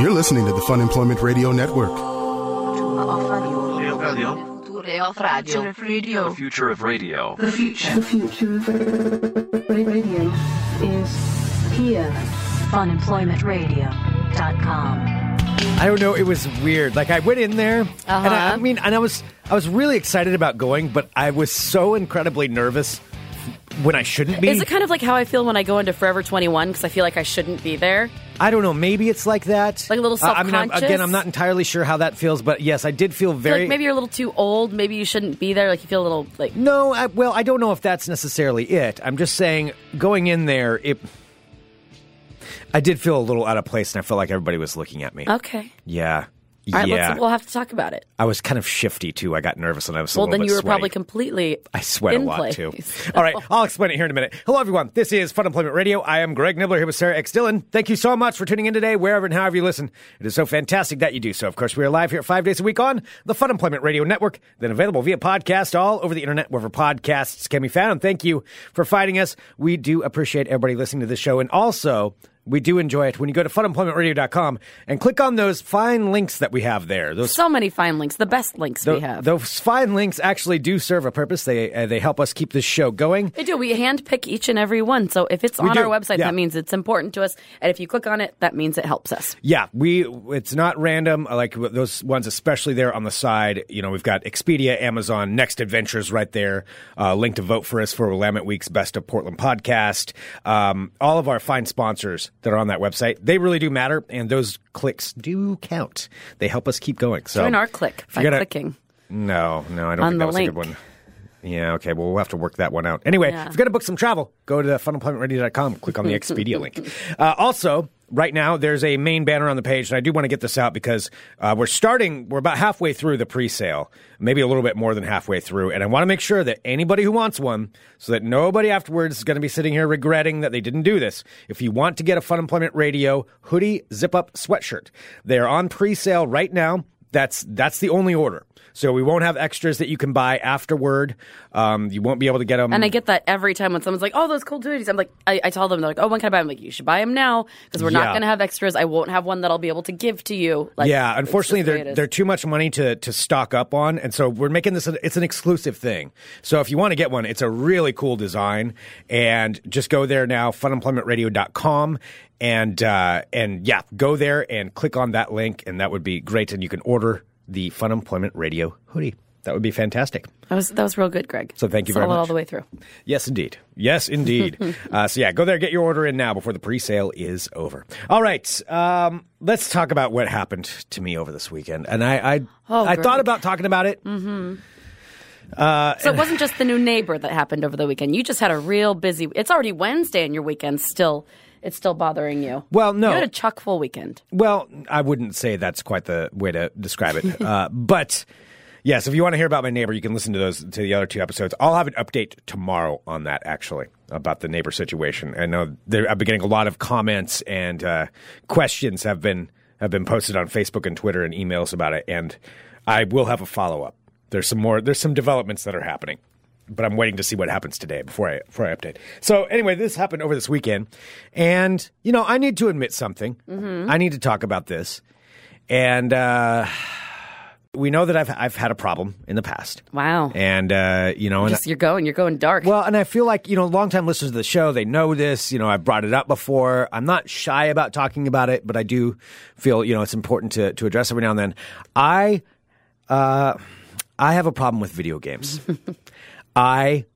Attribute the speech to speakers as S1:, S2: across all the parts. S1: You're listening to the Fun Employment Radio Network.
S2: Future radio.
S3: The future of radio.
S2: The future.
S4: The future of radio is here.
S5: Funemploymentradio.com.
S6: I don't know. It was weird. Like I went in there, and I, I
S5: Uh-huh.
S6: mean, and I was I was really excited about going, but I was so incredibly nervous when I shouldn't be.
S7: Is it kind of like how I feel when I go into Forever 21 because I feel like I shouldn't be there?
S6: I don't know. Maybe it's like that.
S7: Like a little
S6: I mean, I'm-
S7: self-conscious?
S6: again, I'm not entirely sure how that feels, but yes, I did feel
S7: Feel
S6: very.
S7: like maybe you're a little too old. Maybe you shouldn't be there. Like you feel a little like "Mm,
S6: No, I, well, I don't know if that's necessarily it. I'm just saying, going in there, it. I did feel a little out of place, and I felt like everybody was looking at me.
S7: okay.
S6: Yeah,
S7: Uh, All right,
S6: yeah.
S7: let's, we'll have to talk about it.
S6: I was kind of shifty too. I got nervous, and I was. a
S7: Well,
S6: little
S7: then
S6: bit
S7: you were
S6: sweaty.
S7: probably completely.
S6: I sweat
S7: in
S6: a lot
S7: place.
S6: too. All right, I'll explain it here in a minute. Hello, everyone. This is Fun Employment Radio. I am Greg Nibbler here with Sarah X. Dillon. Thank you so much for tuning in today, wherever and however you listen. It is so fantastic that you do so. Of course, we are live here five days a week on the Fun Employment Radio Network, then available via podcast all over the internet, wherever podcasts can be found. Thank you for finding us. We do appreciate everybody listening to this show. And also, we do enjoy it when you go to funemploymentradio.com and click on those fine links that we have there. Those
S7: So many fine links. The best links we have.
S6: those fine links actually do serve a purpose. They uh, they help us keep this show going.
S7: They do. We handpick each and every one. So if it's
S6: We
S7: on
S6: do,
S7: our website,
S6: yeah.
S7: that means it's important to us. And if you click on it, that means it helps us.
S6: Yeah, we it's not random. I Like those ones, especially there on the side. You know, we've got Expedia, Amazon, Next Adventures right there. Uh, link to vote for us for Willamette Week's Best of Portland podcast. Um, all of our fine sponsors that are on that website, they really do matter, and those clicks do count. They help us keep going. So
S7: Join our click
S6: if
S7: by
S6: you're gonna-
S7: clicking.
S6: No, no, I don't think
S7: On the
S6: that was a good
S7: link.
S6: one. Yeah, okay. Well, we'll have to work that one out. Anyway,
S7: Yeah.
S6: if you're going to book some travel, go to funemploymentradio.com, click on the Expedia link. Uh, also, right now, there's a main banner on the page, and I do want to get this out because uh, we're starting, we're about halfway through the pre sale, maybe a little bit more than halfway through. And I want to make sure that anybody who wants one, so that nobody afterwards is going to be sitting here regretting that they didn't do this. If you want to get a Fun Employment Radio hoodie, zip up sweatshirt, they're on pre sale right now. That's that's the only order. So we won't have extras that you can buy afterward. Um, you won't be able to get them.
S7: And I get that every time when someone's like, "Oh, those cool duties," I'm like, I, I tell them, they're like, "Oh, when can I buy?" them? I'm like, "You should buy them now because we're
S6: Yeah.
S7: not going to have extras. I won't have one that I'll be able to give to you." Like,
S6: yeah,
S7: it's just
S6: unfortunately,
S7: the way it
S6: they're
S7: is.
S6: they're too much money to to stock up on, and so we're making this. A, it's an exclusive thing. So if you want to get one, it's a really cool design, and just go there now, funemploymentradio.com, and uh, and yeah, go there and click on that link, and that would be great, and you can order the Fun Employment Radio hoodie. That would be fantastic.
S7: that was that was real good, Greg.
S6: So thank you
S7: Saw
S6: very
S7: it all
S6: much.
S7: the way through.
S6: Yes, indeed. Yes, indeed. uh, so, yeah, go there, get your order in now before the pre sale is over. All right. Um, let's talk about what happened to me over this weekend. And I, I,
S7: Oh,
S6: I thought
S7: Greg.
S6: about talking about it.
S7: So it wasn't just the new neighbor that happened over the weekend. You just had a real busy. It's already Wednesday, and your weekend's still it's still bothering you.
S6: Well, no.
S7: you had a chock full weekend.
S6: Well, I wouldn't say that's quite the way to describe it. uh, but yes, if you want to hear about my neighbor, you can listen to those to the other two episodes. I'll have an update tomorrow on that actually about the neighbor situation. I know there, I've been getting a lot of comments and uh, questions have been have been posted on Facebook and Twitter and emails about it, and I will have a follow up. There's some more. There's some developments that are happening but I'm waiting to see what happens today before I before I update. So anyway, this happened over this weekend, and you know I need to admit something. I need to talk about this, and uh, we know that I've I've had a problem in the past,
S7: Wow.
S6: and uh, you know, and
S7: Oh. Just you're going, you're going dark.
S6: well, and I feel like, you know, longtime listeners of the show, they know this. You know, I've brought it up before. I'm not shy about talking about it, but I do feel, you know, it's important to, to address every now and then. I, uh, I have a problem with video games. I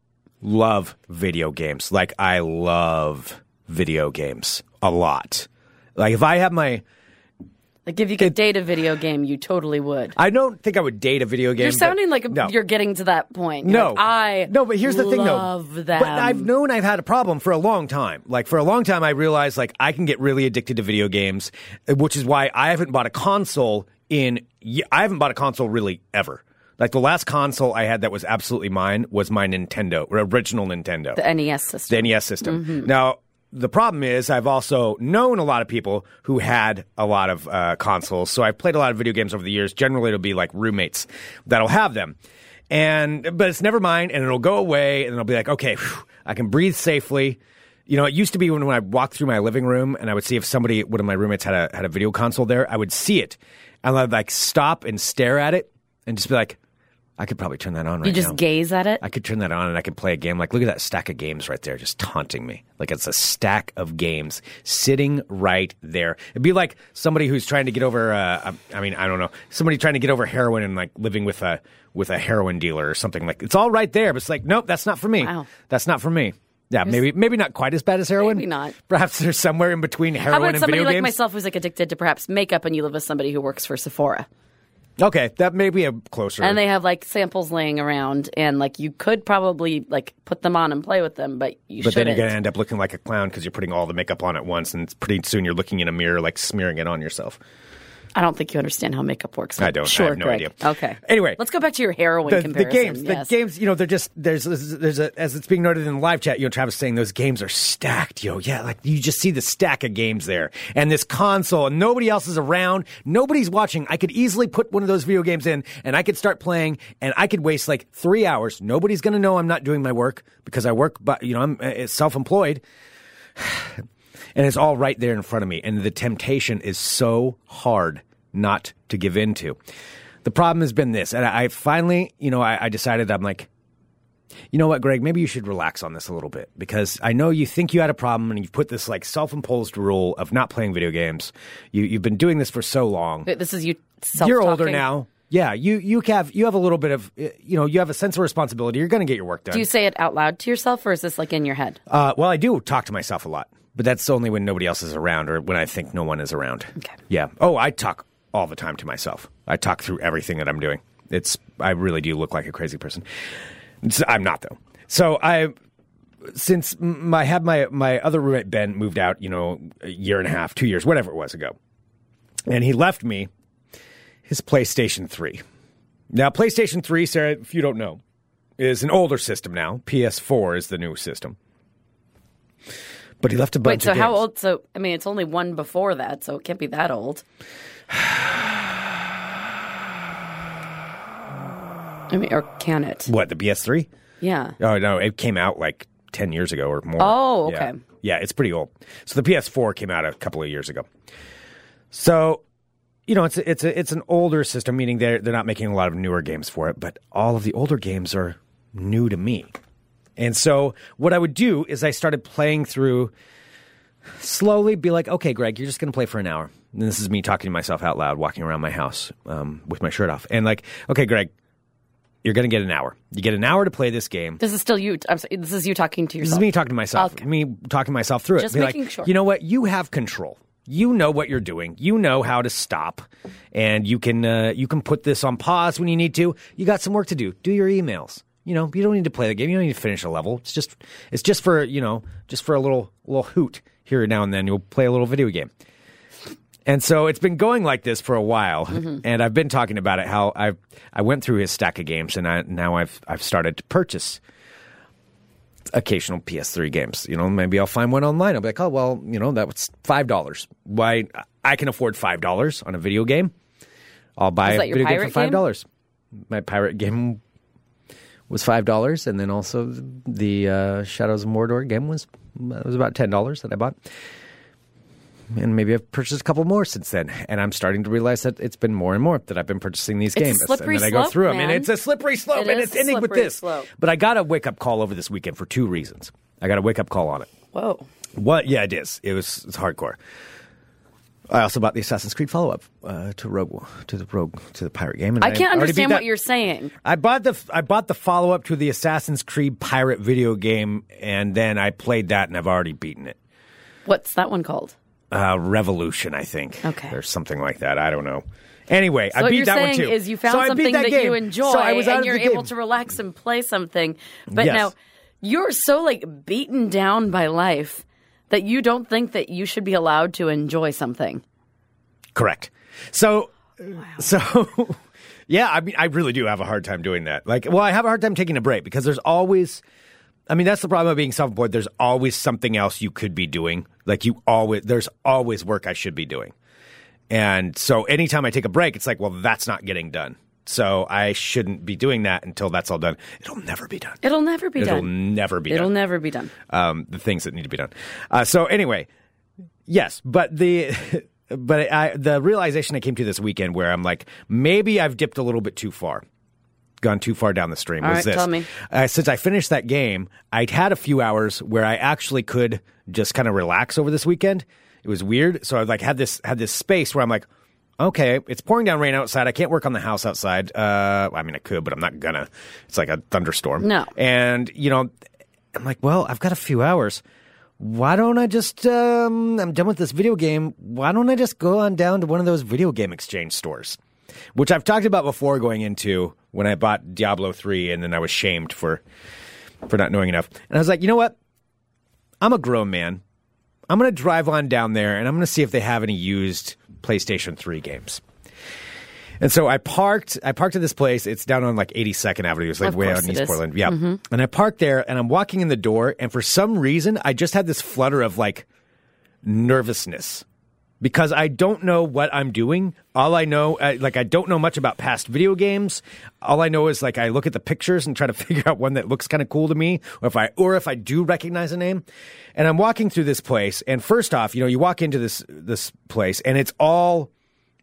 S6: love video games. Like, I love video games a lot. Like, if I have my,
S7: like if you could date a video game, you totally would.
S6: I don't think I would date a video game.
S7: You're
S6: but-
S7: sounding like
S6: No.
S7: you're getting to that point. You're
S6: No,
S7: like, I
S6: no. But here's the thing,
S7: love
S6: though.
S7: them.
S6: But I've known I've had a problem for a long time. Like for a long time, I realized like I can get really addicted to video games, which is why I haven't bought a console in. ye- I haven't bought a console really ever. Like the last console I had that was absolutely mine was my Nintendo, or original Nintendo
S7: the NES system.
S6: the NES system.
S7: Mm-hmm.
S6: Now, the problem is, I've also known a lot of people who had a lot of uh, consoles, so I've played a lot of video games over the years. Generally, it'll be like roommates that'll have them, and but it's never mine, and it'll go away, and it'll be like, okay, phew, I can breathe safely. You know, it used to be when, when I walked through my living room and I would see if somebody, one of my roommates had a, had a video console there, I would see it and I'd like stop and stare at it and just be like, I could probably turn that on right
S7: You just
S6: now.
S7: gaze at it.
S6: I could turn that on and I could play a game. Like, look at that stack of games right there, just taunting me. Like, it's a stack of games sitting right there. It'd be like somebody who's trying to get over. Uh, I I mean, I don't know, somebody trying to get over heroin and like living with a with a heroin dealer or something. Like, it's all right there, but it's like, nope, that's not for me.
S7: Wow.
S6: That's not for me. Yeah, maybe maybe not quite as bad as heroin.
S7: Maybe not.
S6: Perhaps there's somewhere in between
S7: How
S6: heroin
S7: about
S6: and
S7: somebody
S6: video
S7: like
S6: games.
S7: myself who's like addicted to perhaps makeup, and you live with somebody who works for Sephora,
S6: Okay, that may be a closer.
S7: and they have like samples laying around, and like you could probably like put them on and play with them, but you
S6: But
S7: shouldn't.
S6: then you're going to end up looking like a clown because you're putting all the makeup on at once, and it's pretty soon you're looking in a mirror, like smearing it on yourself.
S7: I don't think you understand how makeup works.
S6: I don't. I
S7: Sure,
S6: have no
S7: Greg.
S6: idea.
S7: Okay.
S6: Anyway.
S7: let's go back to your heroin
S6: The, the
S7: comparison.
S6: games,
S7: yes.
S6: the games, you know, they're just there's there's a as it's being noted in the live chat. You know, Travis saying those games are stacked, yo, yeah, like you just see the stack of games there, and this console, and nobody else is around, nobody's watching. I could easily put one of those video games in, and I could start playing, and I could waste like three hours. Nobody's gonna know I'm not doing my work because I work, but you know, I'm uh, self-employed. and it's all right there in front of me. And the temptation is so hard not to give in to. The problem has been this, and I, I finally, you know, I, I decided I'm like, you know what, Greg, maybe you should relax on this a little bit because I know you think you had a problem and you've put this like self imposed rule of not playing video games. You, you've been doing this for so long.
S7: Wait, This is you. Self-talking.
S6: You're older now. Yeah, you, you have you have a little bit of uh, you know you have a sense of responsibility. You're going to get your work done.
S7: Do you say it out loud to yourself, or is this like in your head?
S6: Uh, well, I do talk to myself a lot, but that's only when nobody else is around or when I think no one is around.
S7: Okay.
S6: Yeah. Oh, I talk all the time to myself. I talk through everything that I'm doing. It's I really do look like a crazy person. It's- I'm not though. So I since m- I had my my other roommate Ben moved out, you know, a year and a half, two years, whatever it was ago, and he left me his PlayStation Three. Now, PlayStation Three, Sarah, if you don't know, is an older system now. PS4 is the new system. But he left a bunch
S7: Wait, so
S6: of
S7: how
S6: games.
S7: old? So I mean, it's only one before that, so it can't be that old. I mean, or can it?
S6: What the PS3?
S7: Yeah.
S6: Oh no, it came out like ten years ago or more.
S7: Oh,
S6: Yeah.
S7: okay.
S6: Yeah, it's pretty old. So the PS4 came out a couple of years ago. So, you know, it's a, it's a, it's an older system, meaning they're they're not making a lot of newer games for it. But all of the older games are new to me, and so what I would do is I started playing through slowly be like, okay, Greg, you're just going to play for an hour. And this is me talking to myself out loud, walking around my house um, with my shirt off. And like, okay, Greg, you're going to get an hour. You get an hour to play this game.
S7: This is still you. I'm sorry, this is you talking to
S6: This is
S7: yourself.
S6: me talking to myself.
S7: Okay.
S6: Me talking myself through it.
S7: Just
S6: Be
S7: making
S6: like,
S7: sure.
S6: You know what? You have control. You know what you're doing. You know how to stop, and you can uh, you can put this on pause when you need to. You got some work to do. Do your emails. You know you don't need to play the game. You don't need to finish a level. It's just it's just for you know just for a little little hoot here and now and then. You'll play a little video game. And so it's been going like this for a while,
S7: Mm-hmm.
S6: and I've been talking about it. How I I went through his stack of games, and I, now I've I've started to purchase occasional PS3 games. You know, maybe I'll find one online. I'll be like, oh well, you know, that was five dollars. Why I can afford five dollars on a video game. I'll buy
S7: Was
S6: a
S7: that your
S6: video game for
S7: pirate
S6: five
S7: game?
S6: dollars. My pirate game was five dollars, and then also the uh, Shadows of Mordor game was was about ten dollars that I bought. And maybe I've purchased a couple more since then, and I'm starting to realize that it's been more and more that I've been purchasing these
S7: It's a
S6: games,
S7: slippery
S6: and then I go
S7: slope,
S6: through them,
S7: man.
S6: and it's a slippery slope,
S7: It
S6: and
S7: is
S6: it's
S7: a
S6: ending with
S7: slippery
S6: this.
S7: slope.
S6: But I got a wake up call over this weekend for two reasons. I got a wake up call on it.
S7: Whoa.
S6: What? Yeah, it is. It was it's hardcore. I also bought the Assassin's Creed follow up uh, to Rogue to the Rogue to the pirate game. And
S7: I can't
S6: already beat
S7: understand
S6: that.
S7: what you're saying.
S6: I bought the I bought the follow up to the Assassin's Creed pirate video game, and then I played that, and I've already beaten it.
S7: What's that one called?
S6: Uh, Revolution, I think,
S7: Okay.
S6: or something like that. I don't know. Anyway,
S7: So
S6: I
S7: what
S6: beat
S7: you're
S6: that
S7: saying
S6: one too.
S7: is you found
S6: So I beat
S7: something
S6: that
S7: that,
S6: game.
S7: you enjoy,
S6: so I was out
S7: and
S6: of
S7: you're
S6: the game.
S7: able to relax and play something. But
S6: Yes.
S7: now you're so like beaten down by life that you don't think that you should be allowed to enjoy something.
S6: Correct. So, so yeah, I mean, I really do have a hard time doing that. Like, well, I have a hard time taking a break because there's always, I mean, that's the problem of being self employed. There's always something else you could be doing. Like, you always, there's always work I should be doing. And so anytime I take a break, it's like, well, that's not getting done. So I shouldn't be doing that until that's all done. It'll never be done.
S7: It'll never be
S6: It'll
S7: done.
S6: never be
S7: It'll
S6: done.
S7: never be done.
S6: um, the things that need to be done. Uh, so anyway, yes, but the but I, the realization I came to this weekend where I'm like, maybe I've dipped a little bit too far, gone too far down the stream.
S7: All
S6: was
S7: right,
S6: this.
S7: tell me.
S6: Uh, since I finished that game, I'd had a few hours where I actually could just kind of relax over this weekend. It was weird, so I like had this had this space where I'm like. Okay, it's pouring down rain outside. I can't work on the house outside. Uh, I mean, I could, but I'm not gonna. It's like a thunderstorm.
S7: No.
S6: And, you know, I'm like, well, I've got a few hours. Why don't I just, um, I'm done with this video game. Why don't I just go on down to one of those video game exchange stores? Which I've talked about before going into when I bought Diablo 3 and then I was shamed for, for not knowing enough. And I was like, you know what? I'm a grown man. I'm going to drive on down there and I'm going to see if they have any used PlayStation 3 games. And so I parked. I parked at this place. It's down on like 82nd Avenue. It's like
S7: Of
S6: way
S7: course
S6: out in
S7: it
S6: East
S7: is. Mm-hmm.
S6: Portland. Yeah. And I parked there and I'm walking in the door. And for some reason, I just had this flutter of like nervousness because I don't know what I'm doing. All I know, uh, like, I don't know much about past video games. All I know is like I look at the pictures and try to figure out one that looks kind of cool to me, or if I or if I do recognize a name. And I'm walking through this place, and first off, you know, you walk into this this place, and it's all.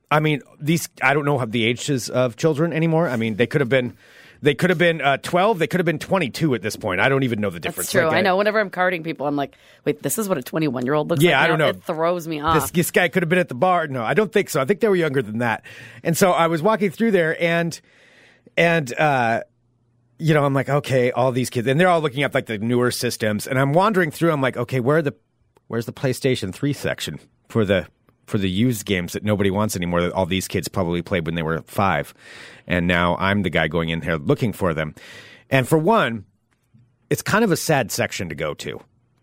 S6: I mean, these I don't know how the ages of children anymore. I mean, they could have been. They could have been uh, 12. They could have been 22 at this point. I don't even know the difference.
S7: That's true.
S6: Like,
S7: I know. Whenever I'm carding people, I'm like, wait, this is what a 21 year old looks
S6: Yeah,
S7: like.
S6: I don't
S7: now?
S6: know.
S7: It throws me off.
S6: This, this guy could have been at the bar. No, I don't think so. I think they were younger than that. And so I was walking through there and, and, uh, you know, I'm like, okay, all these kids, and they're all looking up like the newer systems. And I'm wandering through. I'm like, okay, where are the, where's the PlayStation 3 section for the, for the used games that nobody wants anymore that all these kids probably played when they were five. And now I'm the guy going in here looking for them. And for one, it's kind of a sad section to go to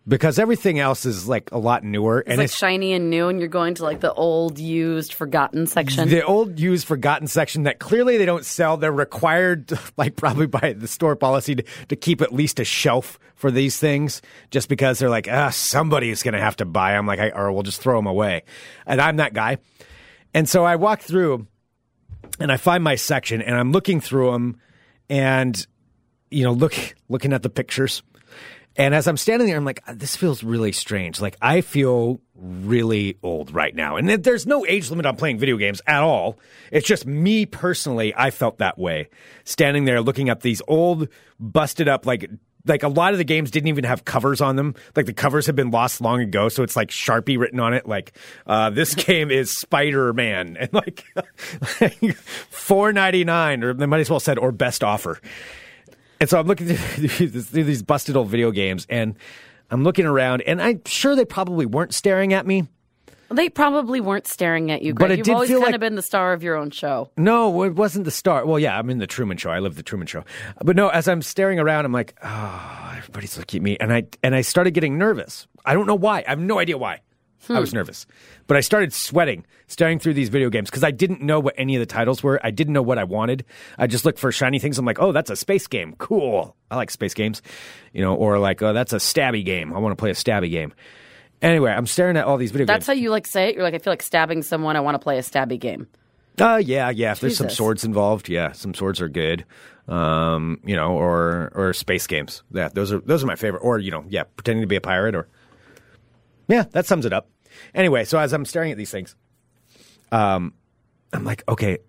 S6: because everything else is like a lot newer
S7: it's
S6: and
S7: like shiny and new, and you're going to like the old, used, forgotten section.
S6: the old used forgotten section that clearly they don't sell. They're required, like probably by the store policy, to, to keep at least a shelf for these things, just because they're like, ah, somebody's going to have to buy them. Like, I, or we'll just throw them away. And I'm that guy. And so I walk through, and I find my section, and I'm looking through them, and you know, look looking at the pictures. And as I'm standing there, I'm like, this feels really strange. Like, I feel really old right now. And it- there's no age limit on playing video games at all. It's just me personally, I felt that way. Standing there looking at these old, busted up, like, like a lot of the games didn't even have covers on them. Like the covers have been lost long ago, so it's like Sharpie written on it. Like uh, this game is Spider Man, and like, like four ninety nine, or they might as well said or best offer. And so I'm looking through these, through these busted old video games, and I'm looking around, and I'm sure they probably weren't staring at me.
S7: They probably weren't staring at you,
S6: But
S7: Greg.
S6: it
S7: You've
S6: did
S7: always
S6: feel
S7: kind
S6: like-
S7: of been the star of your own show.
S6: No, it wasn't the star. Well, yeah, I'm in the Truman Show. I love the Truman Show. But no, as I'm staring around, I'm like, oh, everybody's looking at me, and I and I started getting nervous. I don't know why. I have no idea why. I was nervous, but I started sweating staring through these video games because I didn't know what any of the titles were. I didn't know what I wanted. I just looked for shiny things. I'm like, oh, that's a space game. Cool. I like space games, you know, or like, oh, that's a stabby game. I want to play a stabby game. Anyway, I'm staring at all these video
S7: That's
S6: games.
S7: how you like say it. You're like, I feel like stabbing someone. I want to play a stabby game.
S6: Uh, yeah, yeah. If there's some
S7: Jesus.
S6: swords involved, yeah, some swords are good. Um, you know, or or space games. Yeah, those are those are my favorite. Or you know, yeah, pretending to be a pirate. Or yeah, that sums it up. Anyway, so as I'm staring at these things, um, I'm like, okay,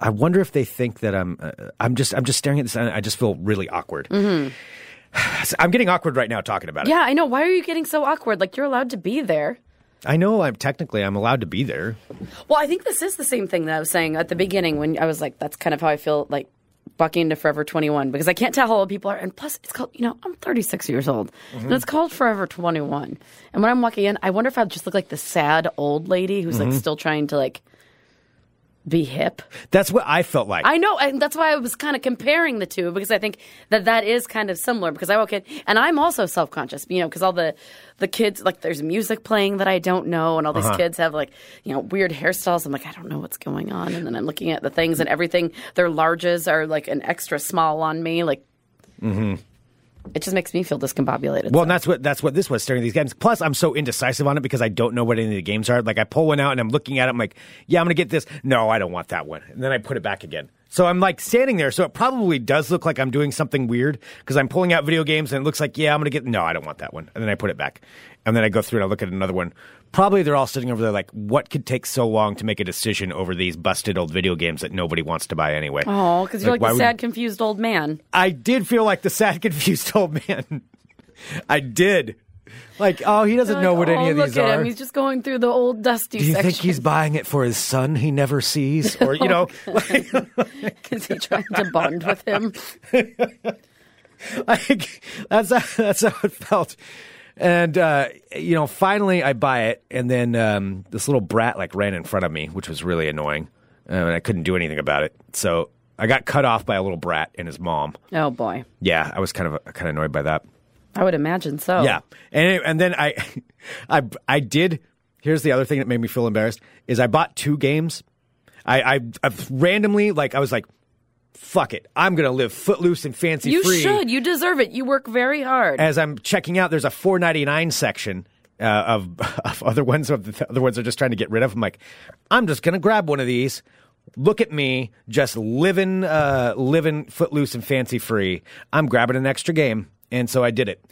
S6: I wonder if they think that I'm uh, I'm just I'm just staring at this. and I just feel really awkward. I'm getting awkward right now talking about it.
S7: Mm-hmm. Yeah, I know. Why are you getting so awkward? Like, you're allowed to be there.
S6: I know I'm technically I'm allowed to be there.
S7: Well, I think this is the same thing that I was saying at the beginning when I was like, that's kind of how I feel like bucking into Forever 21 because I can't tell how old people are. And plus, it's called, you know, I'm 36 years old and it's called Forever 21. And when I'm walking in, I wonder if I just look like the sad old lady who's like still trying to like be hip.
S6: That's what I felt like.
S7: I know, and that's why I was kind of comparing the two because I think that that is kind of similar. Because I walk in, and I'm also self conscious, you know, because all the the kids like there's music playing that I don't know, and all
S6: Uh-huh.
S7: these kids have like you know weird hairstyles. I'm like, I don't know what's going on, and then I'm looking at the
S6: Mm-hmm.
S7: things and everything. Their larges are like an extra small on me, like. It just makes me feel discombobulated.
S6: Well, and that's what that's what this was staring at these games. Plus, I'm so indecisive on it because I don't know what any of the games are. Like I pull one out and I'm looking at it. I'm like, yeah, I'm gonna get this. No, I don't want that one. And then I put it back again. So I'm like standing there. So it probably does look like I'm doing something weird because I'm pulling out video games and it looks like, yeah, I'm gonna get. No, I don't want that one. And then I put it back. And then I go through and I look at another one. Probably they're all sitting over there like, what could take so long to make a decision over these busted old video games that nobody wants to buy anyway?
S7: oh, because you're like,
S6: why
S7: the
S6: would-
S7: sad, confused old man.
S6: I did feel like the sad, confused old man. I did. Like, oh, he doesn't know what
S7: Like,
S6: any
S7: oh,
S6: of
S7: look
S6: these
S7: at
S6: are.
S7: Him. He's just going through the old dusty
S6: Do you
S7: section. Oh,
S6: think he's buying it for his son he never sees? Or, you know,
S7: Is he trying to bond with him?
S6: like that's how, that's how it felt. And uh, you know, finally I buy it, and then um, this little brat like ran in front of me, which was really annoying, uh, and I couldn't do anything about it. So I got cut off by a little brat and his mom.
S7: Oh boy,
S6: Yeah, I was kind of kind of annoyed by that.
S7: I would imagine so.
S6: Yeah, and it- and then I, I I did. Here's the other thing that made me feel embarrassed is I bought two games. I I, I randomly like I was like, fuck it, I'm gonna live footloose and fancy
S7: you
S6: free.
S7: should. You deserve it. You work very hard.
S6: As I'm checking out, there's a 4.99 section. Uh, of, of other ones, of the other ones are just trying to get rid of. I'm like, I'm just gonna grab one of these. Look at me, just living, uh, living footloose and fancy free. I'm grabbing an extra game, and so I did it.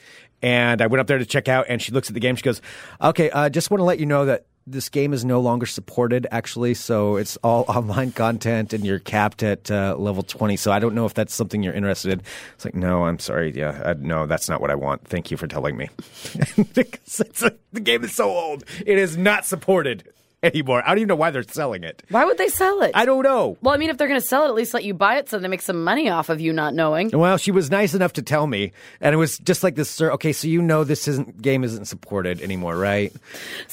S6: And I went up there to check out, and she looks at the game. She goes, "Okay, uh, just want to let you know that this game is no longer supported, actually. So it's all online content, and you're capped at uh, level 20. So I don't know if that's something you're interested in." It's like, "No, I'm sorry. Yeah, I, no, that's not what I want. Thank you for telling me." Because it's like, the game is so old, it is not supported anymore. I don't even know why they're selling it.
S7: Why would they sell it?
S6: I don't know.
S7: well, I mean, if they're going to sell it, at least let you buy it so they make some money off of you not knowing.
S6: Well, she was nice enough to tell me, and it was just like this, sir. Okay, so you know this isn't game isn't supported anymore, right?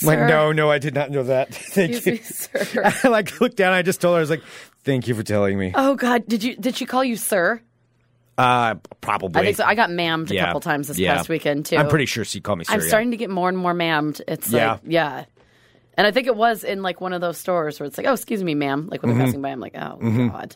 S6: I'm Like,
S7: Sir.
S6: no, no, I did not know that. Thank you.
S7: Excuse me, sir.
S6: I like looked down. I just told her, I was like, "Thank you for telling me."
S7: Oh God, did you did she call you sir?
S6: Uh, probably.
S7: I think so. I got mammed a
S6: Yeah.
S7: couple times this
S6: Yeah.
S7: past weekend too.
S6: I'm pretty sure she called me. Sir,
S7: I'm
S6: yeah.
S7: starting to get more and more mammed. It's
S6: Yeah.
S7: like yeah. And I think it was in like one of those stores where it's like, oh, excuse me, ma'am. Like when
S6: Mm-hmm.
S7: they're passing by, I'm like, oh, God.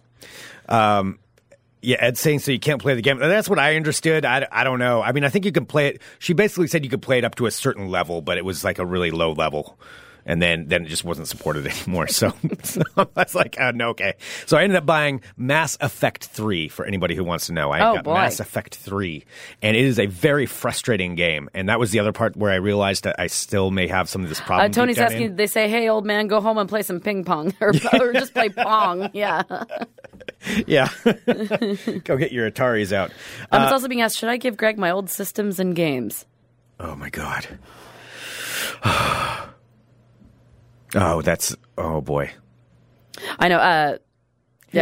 S6: Yeah, Ed's saying so you can't play the game. That's what I understood. I, I don't know. I mean, I think you can play it. She basically said you could play it up to a certain level, but it was like a really low level. And then, then it just wasn't supported anymore. So, so I was like, oh, no, okay. So I ended up buying Mass Effect 3 for anybody who wants to know. I
S7: Oh,
S6: got
S7: boy.
S6: Mass Effect 3. And it is a very frustrating game. And that was the other part where I realized that I still may have some of this problem.
S7: Uh,
S6: deep
S7: Tony's
S6: down
S7: asking,
S6: in.
S7: they say, hey, old man, go home and play some ping pong or, or just play pong. Yeah. Um,
S6: Yeah. Go get your Ataris out.
S7: Um,
S6: Uh,
S7: it's also being asked, should I give Greg my old systems and games?
S6: Oh my god. oh, that's oh boy.
S7: I know. Uh, yeah,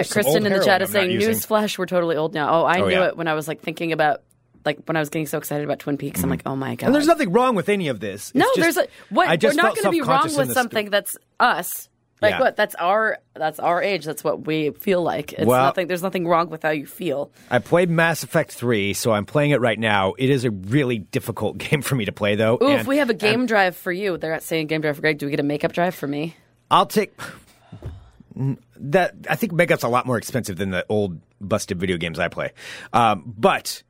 S6: Here's some old
S7: Kristen in the
S6: heroin
S7: chat is
S6: I'm not
S7: saying,
S6: using.
S7: newsflash, we're totally old now. Oh, I
S6: Oh,
S7: knew
S6: yeah.
S7: it when I was like thinking about, like when I was getting so excited about Twin Peaks. I'm like, oh my God.
S6: Mm-hmm. And there's nothing wrong with any of this. It's
S7: No,
S6: just-
S7: there's a, what
S6: I just
S7: we're
S6: felt
S7: not going to be wrong
S6: self-conscious in
S7: with
S6: this-
S7: something that's us. Like
S6: Yeah.
S7: what? That's our that's our age. That's what we feel like. It's
S6: Well-
S7: nothing. There's nothing wrong with how you feel.
S6: I played Mass Effect 3, so I'm playing it right now. It is a really difficult game for me to play though.
S7: Ooh, if
S6: and
S7: we have a game drive for you, they're not saying game drive for Greg. Do we get a makeup drive for me?
S6: I'll take that I think makeup's a lot more expensive than the old busted video games I play. Um, but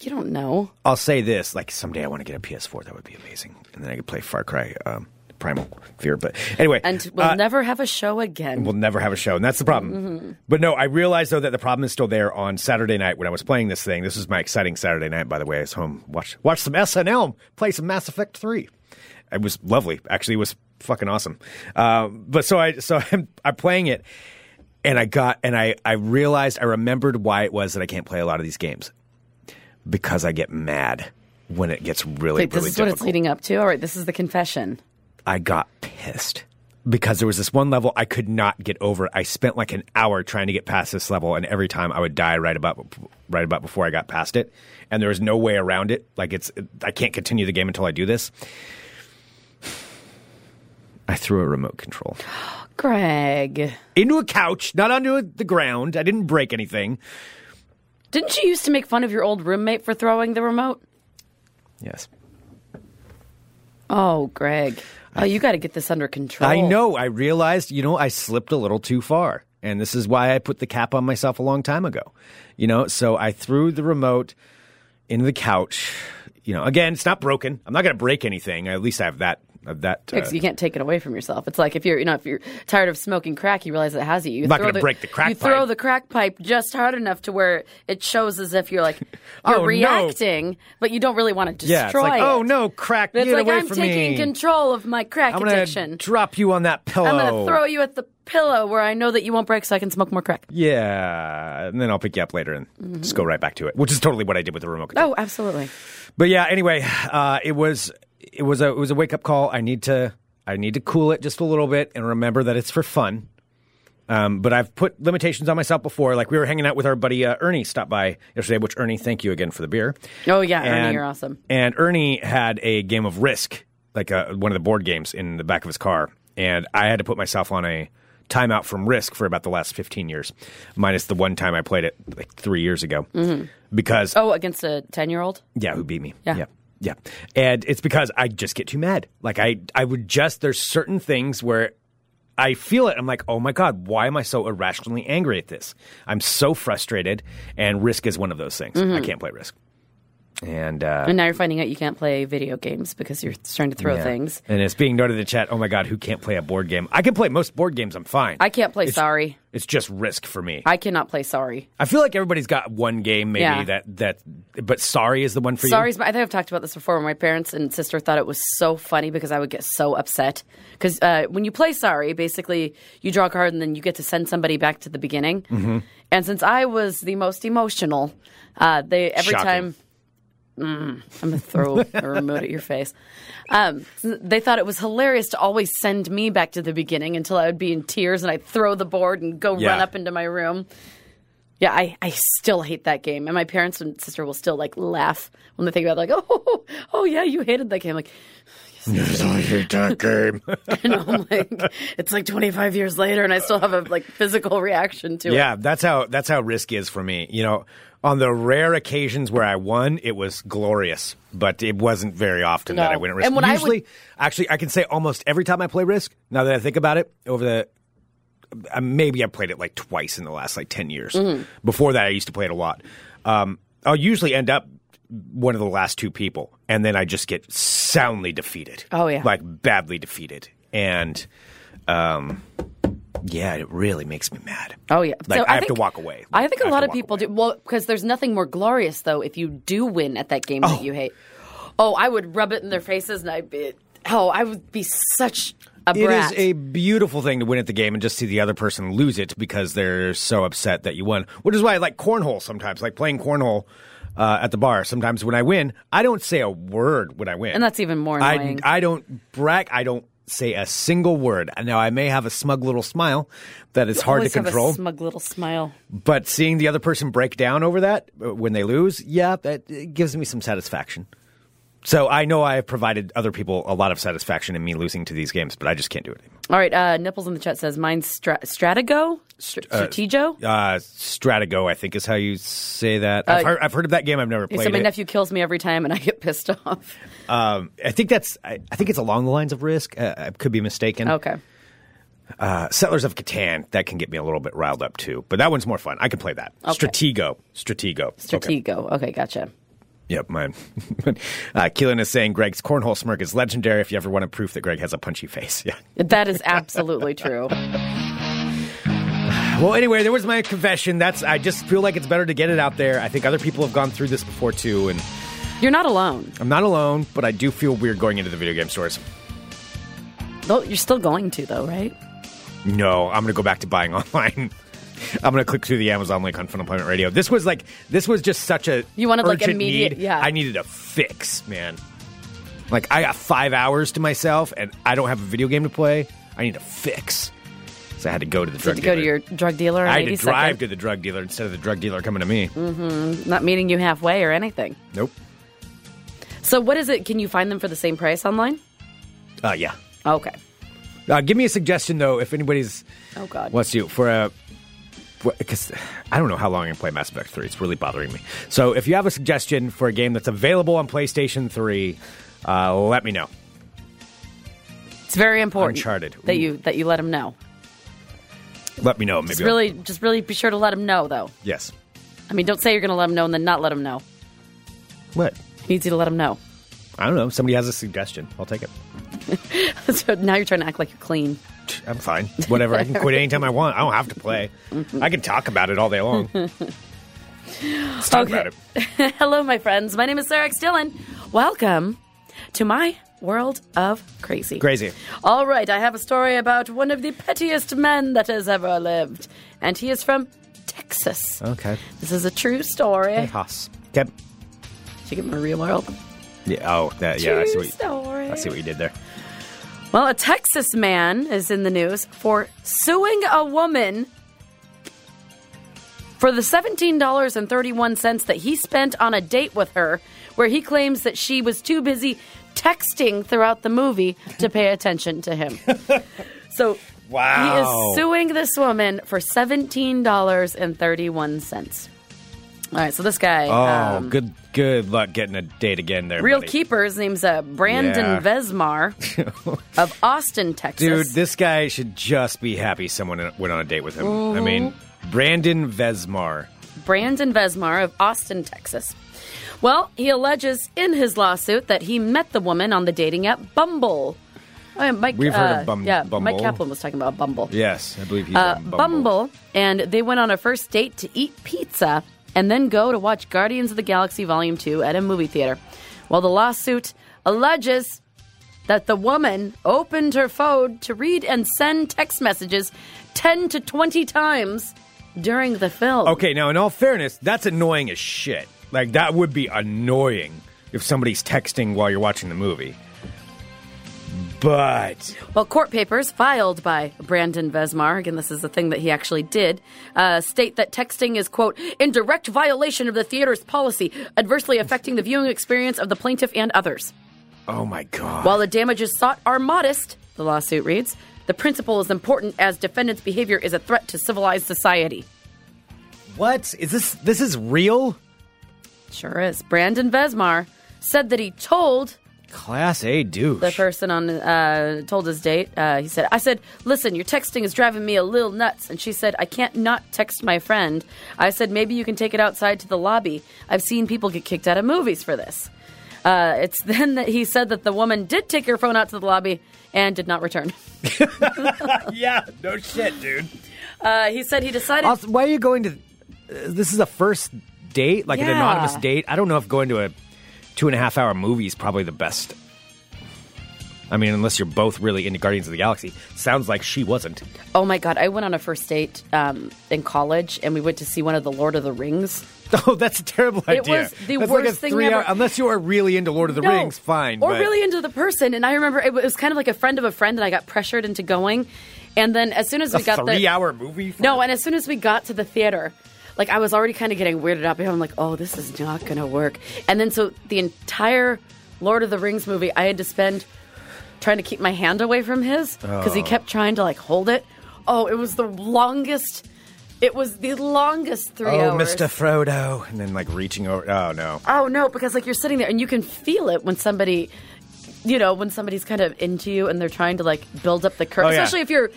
S7: You don't know.
S6: I'll say this: like someday I want to get a PS4. That would be amazing, and then I could play Far Cry um, Primal Fear. But anyway,
S7: And we'll
S6: uh,
S7: never have a show again.
S6: we'll never have a show, and that's the problem.
S7: Mm-hmm.
S6: But no, I realized though that the problem is still there. On Saturday night when I was playing this thing, this is my exciting Saturday night. By the way, I was home watch watch some SNL, play some Mass Effect Three. It was lovely. Actually, it was fucking awesome. Uh, but so I so I'm, I'm playing it, and I got and I I realized I remembered why it was that I can't play a lot of these games because I get mad when it gets really
S7: Wait, this
S6: really
S7: is what
S6: difficult.
S7: it's leading up to. All right, this is the confession.
S6: I got pissed because there was this one level I could not get over. I spent like an hour trying to get past this level, and every time I would die right about right about before I got past it, and there was no way around it. Like it's I can't continue the game until I do this. I threw a remote control
S7: Greg,
S6: into a couch, not onto the ground. I didn't break anything.
S7: didn't you used to make fun of your old roommate for throwing the remote?
S6: Yes.
S7: Oh, Greg. Oh, you got to get this under control.
S6: I know. I realized, you know, I slipped a little too far. And this is why I put the cap on myself a long time ago. You know, so I threw the remote into the couch. You know, again, it's not broken. I'm not going to break anything. At least I have that. uh, That uh,
S7: you can't take it away from yourself. It's like if you're, you know, if you're tired of smoking crack, you realize it has you. you
S6: I'm not
S7: throw
S6: gonna break the crack
S7: You throw
S6: pipe.
S7: the crack pipe just hard enough to where it shows as if you're like
S6: Oh,
S7: you're
S6: no.
S7: reacting, but you don't really want to destroy
S6: yeah, it's like,
S7: it.
S6: oh no, crack,
S7: It's
S6: get
S7: like
S6: away
S7: I'm
S6: from
S7: taking
S6: me.
S7: control of my crack
S6: I'm gonna
S7: addiction.
S6: drop you on that pillow.
S7: I'm gonna throw you at the pillow where I know that you won't break, so I can smoke more crack.
S6: Yeah, and then I'll pick you up later and just go right back to it, which is totally what I did with the remote control.
S7: Oh, absolutely.
S6: But yeah, anyway, uh, it was it was a it was a wake up call. I need to I need to cool it just a little bit and remember that it's for fun. Um, but I've put limitations on myself before. Like we were hanging out with our buddy uh, Ernie, stopped by yesterday. Which Ernie, thank you again for the beer.
S7: Oh yeah, Ernie, you're awesome.
S6: And Ernie had a game of Risk, like uh one of the board games, in the back of his car, and I had to put myself on a timeout from Risk for about the last 15 years, minus the one time I played it like three years ago, because
S7: Oh, against a ten-year-old.
S6: yeah, who beat me?
S7: Yeah.
S6: yeah. Yeah. And it's because I just get too mad. Like I I would just there's certain things where I feel it. I'm like, "Oh my god, why am I so irrationally angry at this?" I'm so frustrated and Risk is one of those things. I can't play Risk. And uh
S7: Mm-hmm. And now you're finding out you can't play video games because you're starting to throw
S6: yeah.
S7: things.
S6: And it's being noted in the chat, "Oh my god, who can't play a board game?" I can play most board games, I'm fine.
S7: I can't play
S6: It's-
S7: sorry.
S6: It's just Risk for me.
S7: I cannot play sorry.
S6: I feel like everybody's got one game maybe
S7: Yeah.
S6: that that but Sorry is the one for you.
S7: Sorry's. I think I've talked about this before. My parents and sister thought it was so funny because I would get so upset because uh, when you play sorry, basically you draw a card and then you get to send somebody back to the beginning. Mm-hmm. And since I was the most emotional, uh, they every
S6: Shocking.
S7: time. Mm, I'm gonna throw a remote at your face. Um, they thought it was hilarious to always send me back to the beginning until I would be in tears and I'd throw the board and go run
S6: Yeah.
S7: up into my room. Yeah, I, I still hate that game. And my parents and sister will still like laugh when they think about it, like, oh, oh yeah, you hated that game. I'm like, yes, I hate that game. and I'm like, it's like 25 years later and I still have a like physical reaction to it.
S6: Yeah, that's how that's how risk is for me. You know, on the rare occasions where I won, it was glorious, but it wasn't very often that
S7: No.
S6: I win at risk.
S7: And when I would-
S6: Usually, actually, I can say almost every time I play risk. Now that I think about it, over the uh, maybe I played it like twice in the last like ten years.
S7: Mm-hmm.
S6: Before that, I used to play it a lot. Um, I'll usually end up one of the last two people, and then I just get soundly defeated.
S7: Oh, yeah.
S6: like badly defeated, and um, yeah, it really makes me mad.
S7: Oh yeah,
S6: Like,
S7: So
S6: I have to
S7: think-
S6: walk away.
S7: I think
S6: I
S7: a
S6: have
S7: lot
S6: to
S7: of
S6: walk
S7: people
S6: away.
S7: do well because there's nothing more glorious though if you do win at that game that you hate. Oh, I would rub it in their faces and I'd be oh I would be such a
S6: It
S7: brat.
S6: is a beautiful thing to win at the game and just see the other person lose it because they're so upset that you won. Which is why I like cornhole sometimes, like playing cornhole uh, at the bar. Sometimes when I win, I don't say a word when I win.
S7: And that's even more
S6: I,
S7: annoying.
S6: I don't brag. I don't say a single word. Now I may have a smug little smile that is hard to
S7: Always have a
S6: control,
S7: smug little smile.
S6: but seeing the other person break down over that uh, when they lose, yeah, that it gives me some satisfaction. So I know I have provided other people a lot of satisfaction in me losing to these games, but I just can't do it anymore.
S7: All right, uh, nipples in the chat says mine's stra- Stratego, Str- Stratego.
S6: uh, Stratego, I think is how you say that. I've,
S7: Uh,
S6: heard, I've heard of that game. I've never
S7: He
S6: played
S7: said my
S6: it. Um,
S7: nephew kills me every time, and I get pissed off.
S6: I think that's. I, I think it's along the lines of Risk. Uh, I could be mistaken.
S7: Okay,
S6: Uh, Settlers of Catan that can get me a little bit riled up too, but that one's more fun. I can play that. Stratego, Stratego, Okay.
S7: Stratego. Okay, gotcha.
S6: Yep, mine. uh, Keelan is saying Greg's cornhole smirk is legendary. If you ever want a proof that Greg has a punchy face, yeah.
S7: That is absolutely true.
S6: Well, anyway, there was my confession. That's. I just feel like it's better to get it out there. I think other people have gone through this before too, and
S7: You're not alone,
S6: I'm not alone. But I do feel weird going into the video game stores.
S7: though. You're still going to though, right?
S6: No, I'm going to go back to buying online. I'm going to click through the Amazon link on Fun Employment Radio. This was like this was just such a
S7: You wanted, like,
S6: urgent
S7: immediate-
S6: need.
S7: yeah.
S6: I needed a fix, man. Like I got five hours to myself, and I don't have a video game to play. I need a fix, so I had to go to the
S7: Did
S6: drug
S7: you
S6: dealer.
S7: go to your drug dealer?
S6: I had to drive to the drug dealer instead of the drug dealer coming to me.
S7: Mm. Not meeting you halfway or anything.
S6: Nope.
S7: So what is it? Can you find them for the same price online?
S6: Uh, yeah.
S7: Okay.
S6: Uh, give me a suggestion though, if anybody's
S7: Oh God.
S6: What's you for a because I don't know how long I can play Mass Effect 3. It's really bothering me. So if you have a suggestion for a game that's available on PlayStation 3, uh, let me know.
S7: It's very important.
S6: Uncharted.
S7: That
S6: Ooh.
S7: you that you let them know.
S6: Let me know. Maybe
S7: Just
S6: I'll-
S7: really, just really be sure to let them know though.
S6: yes.
S7: I mean, don't say you're going to let them know and then not let them know.
S6: What?
S7: Needs you to let them know.
S6: I don't know. Somebody has a suggestion. I'll take it.
S7: so now you're trying to act like you're clean.
S6: I'm fine. Whatever. I can quit anytime I want. I don't have to play. I can talk about it all day long. Let's talk
S7: Okay.
S6: about it.
S7: Hello, my friends. My name is Sarah X. Dillon. Welcome to my world of crazy.
S6: Crazy.
S7: All right, I have a story about one of the pettiest men that has ever lived, and he is from Texas.
S6: Okay.
S7: This is a true story.
S6: Hey, Haas. Yep.
S7: Should give him a real world.
S6: Yeah, oh, that, yeah. I see,
S7: true
S6: what you,
S7: story.
S6: I see what you did there.
S7: Well, a Texas man is in the news for suing a woman for the $17.31 that he spent on a date with her, where he claims that she was too busy texting throughout the movie to pay attention to him. so he
S6: Wow.
S7: is suing this woman for $17.31. All right, so this guy.
S6: Oh,
S7: um,
S6: good good luck getting a date again there.
S7: Real
S6: buddy.
S7: keeper's name's uh, Brandon
S6: Yeah.
S7: Vesmar of Austin, Texas.
S6: Dude, this guy should just be happy someone went on a date with him. I mean, Brandon Vesmar.
S7: Brandon Vesmar of Austin, Texas. Well, he alleges in his lawsuit that he met the woman on the dating app Bumble. Oh, yeah, Mike,
S6: We've heard of
S7: uh,
S6: Bum-
S7: yeah, Mike
S6: Bumble.
S7: Kaplan was talking about Bumble.
S6: Yes, I believe he's
S7: uh,
S6: on
S7: Bumble. and they went on a first date to eat pizza and then go to watch Guardians of the Galaxy Volume 2 at a movie theater. Well, the lawsuit alleges that the woman opened her phone to read and send text messages 10 to 20 times during the film.
S6: Okay, now in all fairness, that's annoying as shit. Like that would be annoying if somebody's texting while you're watching the movie. But
S7: Well, court papers filed by Brandon Vesmar, again, this is the thing that he actually did, uh, state that texting is, quote, in direct violation of the theater's policy, adversely affecting the viewing experience of the plaintiff and others.
S6: oh my god.
S7: While the damages sought are modest, the lawsuit reads, the principle is important as defendant's behavior is a threat to civilized society.
S6: what? Is this this is real?
S7: Sure is. Brandon Vesmar said that he told
S6: Class A douche.
S7: the person on uh, told his date. Uh, he said, "I said, listen, your texting is driving me a little nuts." And she said, "I can't not text my friend." I said, "Maybe you can take it outside to the lobby. I've seen people get kicked out of movies for this." Uh, it's then that he said that the woman did take her phone out to the lobby and did not return.
S6: yeah, no shit, dude.
S7: Uh, he said he decided.
S6: Also, why are you going to? Uh, this is a first date, like an
S7: Yeah.
S6: anonymous date. I don't know if going to a two and a half hour movie is probably the best. I mean, unless you're both really into Guardians of the Galaxy. Sounds like she wasn't.
S7: oh my god, I went on a first date um, in college, and we went to see one of the Lord of the Rings.
S6: Oh, that's a terrible idea.
S7: It was the
S6: That's like a
S7: worst thing
S6: three
S7: ever.
S6: Hour, unless you are really into Lord of the
S7: No.
S6: Rings, fine.
S7: Or
S6: but-
S7: really into the person. And I remember it was kind of like a friend of a friend, and I got pressured into going. And then as soon as
S6: a
S7: we got the
S6: three-hour movie. for-
S7: no, and as soon as we got to the theater, like I was already kind of getting weirded out. Because I'm like, oh, this is not going to work. And then so the entire Lord of the Rings movie, I had to spend trying to keep my hand away from his because
S6: Oh.
S7: he kept trying to like hold it. Oh, it was the longest. It was the longest three
S6: oh,
S7: hours.
S6: Mr. Frodo, and then like reaching over. Oh no.
S7: Oh no, because like you're sitting there and you can feel it when somebody, you know, when somebody's kind of into you and they're trying to like build up the courage,
S6: Oh, yeah.
S7: especially if you're,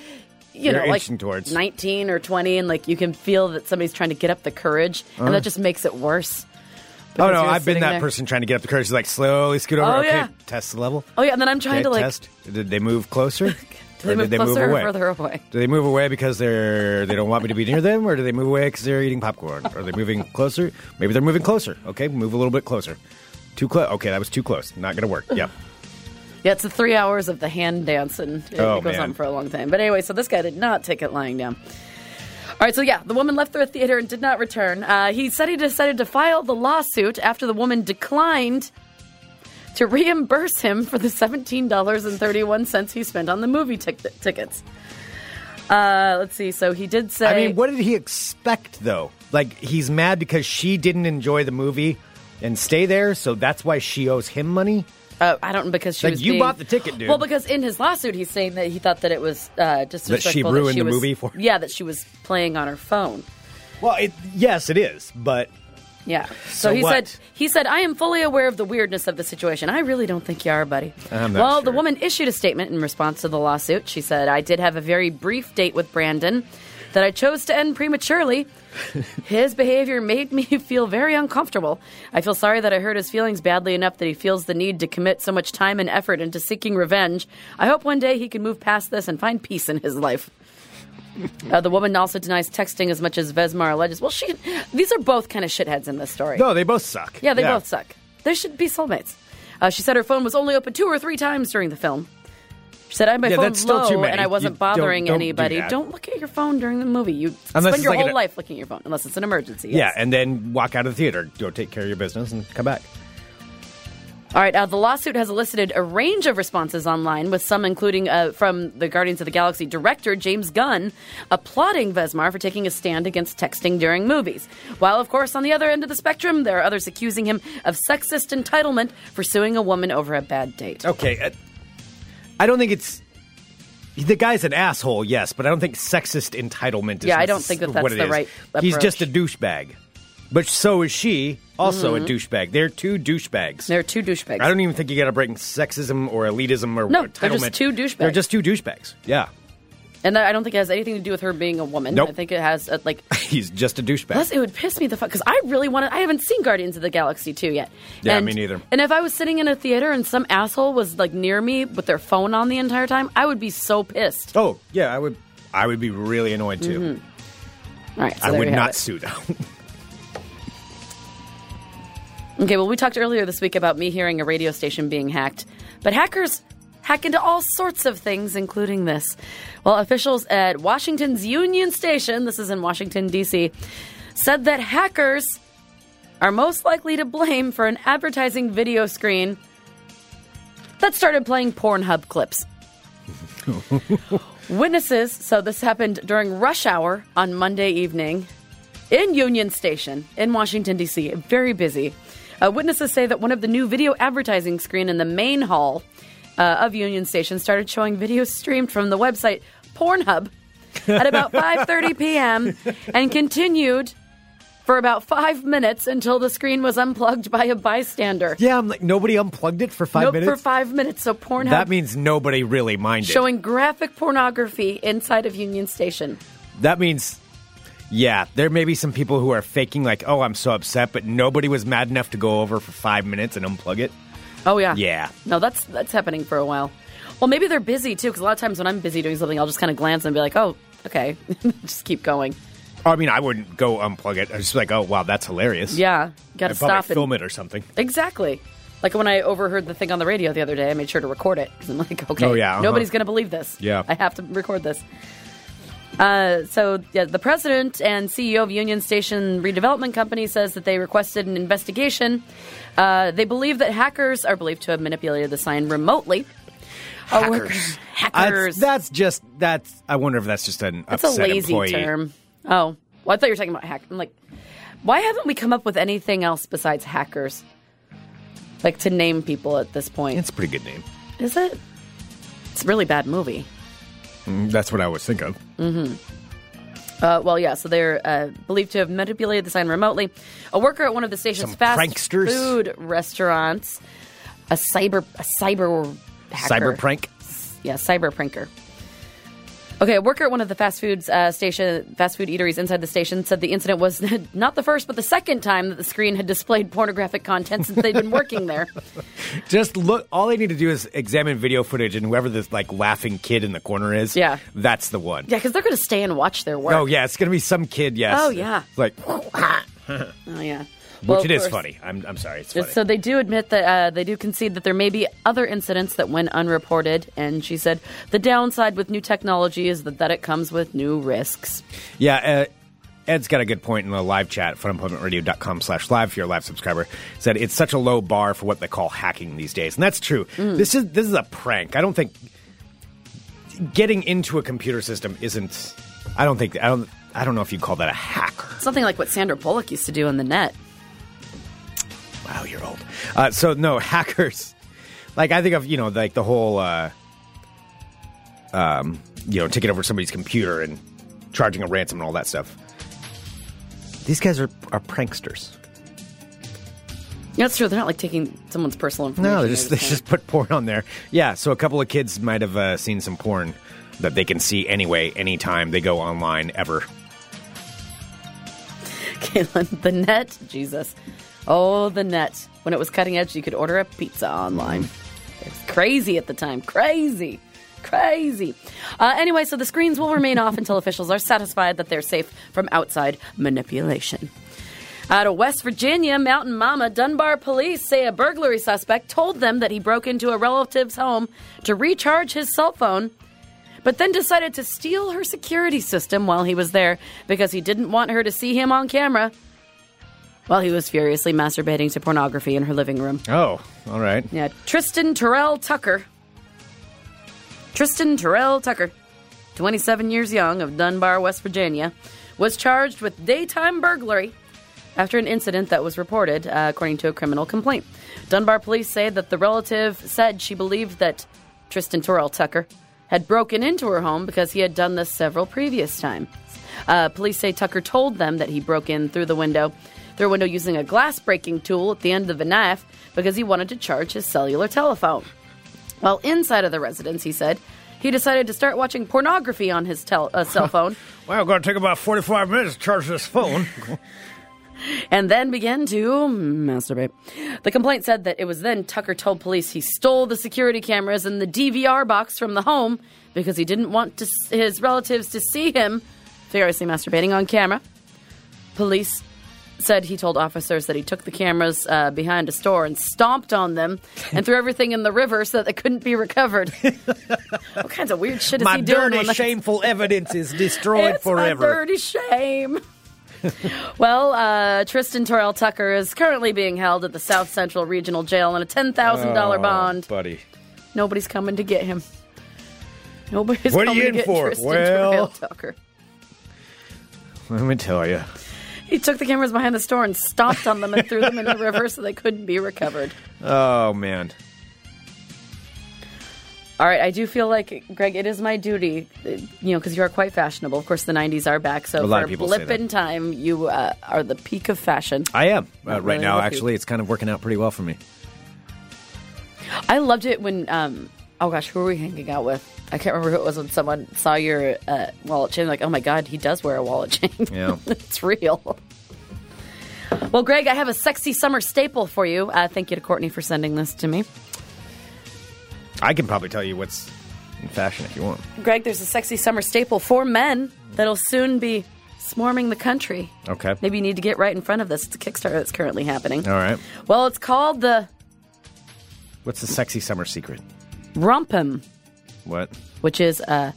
S7: you
S6: You're
S7: know, like
S6: inching towards.
S7: 19 or 20, and like you can feel that somebody's trying to get up the courage, and that just makes it worse.
S6: Uh-huh. Oh
S7: Because
S6: no,
S7: you're
S6: I've been
S7: sitting
S6: that
S7: there.
S6: person trying to get up the courage to like slowly scoot over.
S7: Oh,
S6: okay,
S7: yeah.
S6: test the level.
S7: Oh yeah, and then I'm trying
S6: Okay,
S7: to like.
S6: test. Did they move closer?
S7: Do they
S6: or
S7: move
S6: did they move
S7: closer or
S6: away?
S7: further away?
S6: Do they move away because they're they don't want me to be near them, or do they move away because they're eating popcorn? Are they moving closer? Maybe they're moving closer. Okay, move a little bit closer. Too close. Okay, that was too close. Not gonna work. Yeah.
S7: Yeah, it's the three hours of the hand dance, and it
S6: Oh,
S7: goes
S6: man.
S7: on for a long time. But anyway, so this guy did not take it lying down. All right, so yeah, the woman left the theater and did not return. Uh, he said he decided to file the lawsuit after the woman declined to reimburse him for the seventeen dollars and thirty-one cents he spent on the movie tic- tickets. Uh, let's see. So he did say.
S6: I mean, what did he expect though? Like he's mad because she didn't enjoy the movie and stay there, so that's why she owes him money.
S7: Uh, I don't because she
S6: Like,
S7: was.
S6: you
S7: being-
S6: bought the ticket, dude.
S7: Well, because in his lawsuit, he's saying that he thought that it was uh, disrespectful
S6: ruined the
S7: was-
S6: movie for-
S7: Yeah, that she was playing on her phone.
S6: Well, it, yes, it is, but
S7: Yeah. So,
S6: So
S7: he
S6: what?
S7: said he said I am fully aware of the weirdness of the situation. I really don't think you are, buddy.
S6: I'm not
S7: well, the
S6: sure.
S7: woman issued a statement in response to the lawsuit. She said, "I did have a very brief date with Brandon. that I chose to end prematurely. His behavior made me feel very uncomfortable. I feel sorry that I hurt his feelings badly enough that he feels the need to commit so much time and effort into seeking revenge. I hope one day he can move past this and find peace in his life. Uh, the woman also denies texting as much as Vesmar alleges. Well, she, these are both kind of shitheads in this story.
S6: No, they both suck.
S7: Yeah, they both suck. They should be soulmates. Uh, she said her phone was only open two or three times during the film. She said I had my
S6: Yeah,
S7: phone
S6: that's still
S7: low
S6: too many.
S7: and I wasn't
S6: You don't-
S7: bothering
S6: don't do
S7: anybody.
S6: that.
S7: not look at your phone during the movie. You
S6: Unless
S7: spend
S6: it's
S7: your
S6: like
S7: whole
S6: an-
S7: life looking at your phone unless it's an emergency.
S6: Yeah,
S7: yes.
S6: and then walk out of the theater, go take care of your business, and come back.
S7: All right. Uh, the lawsuit has elicited a range of responses online, with some including uh, from the Guardians of the Galaxy director James Gunn applauding Vesmar for taking a stand against texting during movies. While, of course, on the other end of the spectrum, there are others accusing him of sexist entitlement for suing a woman over a bad date.
S6: Okay, uh, I don't think it's the guy's an asshole. Yes, but I don't think sexist entitlement is.
S7: Yeah, I don't
S6: necess-
S7: think that
S6: what
S7: that's
S6: it
S7: the
S6: is.
S7: right
S6: He's
S7: approach. Mm-hmm.
S6: just a douchebag, but so is she. Also a douchebag. They're two douchebags.
S7: There are two douchebags.
S6: I don't even think you got to bring sexism or elitism or
S7: No,
S6: entitlement.
S7: they're just two douchebags.
S6: They're just two douchebags. Yeah,
S7: And I don't think it has anything to do with her being a woman.
S6: e- Nope.
S7: I think it has uh like.
S6: he's just a douchebag.
S7: Plus, it would piss me the fuck because I really want to. I haven't seen Guardians of the Galaxy two yet.
S6: Yeah,
S7: and,
S6: me neither.
S7: And if I was sitting in a theater and some asshole was like near me with their phone on the entire time, I would be so pissed.
S6: oh yeah, I would. I would be really annoyed too.
S7: All right, so
S6: I
S7: Mm-hmm. there
S6: would
S7: you have
S6: not
S7: it.
S6: sue though.
S7: Okay, well, we talked earlier this week about me hearing a radio station being hacked, but hackers hack into all sorts of things, including this. Well, officials at Washington's Union Station, this is in Washington, D.C., said that hackers are most likely to blame for an advertising video screen that started playing Pornhub clips. Witnesses, so this happened during rush hour on Monday evening in Union Station in Washington, D.C. Very busy. Uh, witnesses say that one of the new video advertising screen in the main hall uh, of Union Station started showing videos streamed from the website Pornhub at about 5:30 p.m. and continued for about five minutes until the screen was unplugged by a bystander.
S6: yeah, I'm like nobody unplugged it for five
S7: Nope,
S6: minutes.
S7: for five minutes. So Pornhub
S6: that means nobody really minded.
S7: showing graphic pornography inside of Union Station.
S6: that means yeah there may be some people who are faking like oh i'm so upset but nobody was mad enough to go over for five minutes and unplug it
S7: Oh yeah.
S6: Yeah.
S7: No, that's that's happening for a while. Well, maybe they're busy too, because a lot of times when I'm busy doing something, I'll just kind of glance and be like, "Oh, okay," just keep going.
S6: Or, i mean i wouldn't go unplug it i was just like oh wow that's hilarious
S7: Yeah, got to
S6: i'd probably
S7: stop and
S6: film it or something
S7: exactly. Like when I overheard the thing on the radio the other day, I made sure to record it 'cause I'm like, "Okay,
S6: Oh, yeah, uh-huh.
S7: nobody's gonna believe this.
S6: Yeah.
S7: I have to record this." Uh, so yeah, the president and CEO of Union Station Redevelopment Company says that they requested an investigation. Uh, they believe that hackers are believed to have manipulated the sign remotely. A worker-
S6: that's,
S7: hackers.
S6: that's just that's i wonder if that's just an
S7: That's a
S6: upset
S7: lazy
S6: employee
S7: term. Oh, well, I thought you were talking about hack. I'm like, why haven't we come up with anything else besides hackers? Like to name people at this point.
S6: it's a pretty good name
S7: Is it? It's a really bad movie.
S6: Mm, that's what i always think of
S7: Uh, well, yeah. So they're uh, believed to have manipulated the sign remotely. A worker at one of the station's
S6: Some
S7: fast
S6: pranksters.
S7: food restaurants, a cyber, a cyber hacker.
S6: cyber prank
S7: Yeah, cyber pranker. Okay, a worker at one of the fast foods uh, station, fast food eateries inside the station said the incident was not the first, but the second time that the screen had displayed pornographic content since they'd been working there.
S6: just look all they need to do is examine video footage and whoever this like laughing kid in the corner is
S7: Yeah.
S6: that's the one
S7: Yeah, because they're going to stay and watch their work.
S6: oh yeah it's gonna be some kid yes
S7: Oh, yeah.
S6: like
S7: Oh, yeah. Well,
S6: Which
S7: of
S6: it is
S7: course.
S6: funny. I'm, I'm sorry. It's funny.
S7: So they do admit that uh, they do concede that there may be other incidents that went unreported, and she said the downside with new technology is that, that it comes with new risks.
S6: yeah, uh, Ed's got a good point in the live chat, funemploymentradio.com slash live if you're a live subscriber. Said it's such a low bar for what they call hacking these days. And that's true.
S7: Mm.
S6: This is this is a prank. I don't think getting into a computer system isn't I don't think I don't I don't know if you call that a hack.
S7: It's nothing like what Sandra Bullock used to do in the net.
S6: Wow, you're old. Uh, so no hackers. Like I think of you know like the whole, uh, um, you know, taking over somebody's computer and charging a ransom and all that stuff. These guys are are pranksters.
S7: That's true. They're not like taking someone's personal information.
S6: No, they just they
S7: They're
S6: just put porn on there. Yeah, so a couple of kids might have uh, seen some porn that they can see anyway, anytime they go online ever.
S7: Caitlin, the net, Jesus. Oh, the net. When it was cutting edge, you could order a pizza online. It was crazy at the time. Crazy. Crazy. Uh, anyway, so the screens will remain off until officials are satisfied that they're safe from outside manipulation. Out of West Virginia, Mountain Mama, Dunbar police say a burglary suspect told them that he broke into a relative's home to recharge his cell phone but then decided to steal her security system while he was there because he didn't want her to see him on camera while he was furiously masturbating to pornography in her living room.
S6: Oh, all right.
S7: Yeah, Tristan Terrell Tucker. Tristan Terrell Tucker, 27 years young of Dunbar, West Virginia, was charged with daytime burglary after an incident that was reported, uh, according to a criminal complaint. Dunbar police say that the relative said she believed that Tristan Terrell Tucker had broken into her home because he had done this several previous times. Uh, police say Tucker told them that he broke in through the window, through a window using a glass breaking tool at the end of a knife because he wanted to charge his cellular telephone. While inside of the residence, he said he decided to start watching pornography on his tel- uh, cell phone.
S6: Well, it's going to take about 45 minutes to charge this phone.
S7: and then began to masturbate. The complaint said that it was then Tucker told police he stole the security cameras and the DVR box from the home because he didn't want to, his relatives to see him furiously masturbating on camera. Police said he told officers that he took the cameras uh, behind a store and stomped on them and threw everything in the river so that they couldn't be recovered. what kinds of weird shit is
S6: My
S7: he doing?
S6: dirty,
S7: on the-
S6: shameful evidence is destroyed
S7: it's
S6: forever.
S7: A dirty shame. well, uh, Tristan Terrell Tucker is currently being held at the South Central Regional Jail on a ten thousand thousand dollar
S6: Oh,
S7: bond.
S6: buddy.
S7: Nobody's coming to get him. Nobody's
S6: What are
S7: coming
S6: you
S7: to
S6: in
S7: get
S6: for?
S7: Tristan
S6: Well-
S7: Terrell Tucker.
S6: Let me tell you.
S7: He took the cameras behind the store and stomped on them and threw them in the river so they couldn't be recovered.
S6: Oh man.
S7: All right, I do feel like Greg, it is my duty, uh, you know, because you are quite fashionable. Of course, the '90s are back,
S6: A
S7: so
S6: lot
S7: for
S6: of people say
S7: blip
S6: that.
S7: in time, you uh, are the peak of fashion.
S6: I am uh,
S7: Not
S6: right
S7: really
S6: now.
S7: lucky.
S6: Actually, it's kind of working out pretty well for me.
S7: I loved it when um oh gosh, who were we hanging out with? I can't remember who it was when someone saw your uh, wallet chain like, "Oh my god, he does wear a wallet chain."
S6: Yeah.
S7: it's real. Well, Greg, I have a sexy summer staple for you. Uh, thank you to Courtney for sending this to me.
S6: I can probably tell you what's in fashion if you want.
S7: Greg, there's a sexy summer staple for men that'll soon be swarming the country.
S6: Okay.
S7: Maybe you need to get right in front of this. It's a Kickstarter that's currently happening.
S6: All right.
S7: Well, it's called the
S6: What's the sexy summer secret?
S7: Romp'em.
S6: What?
S7: which is a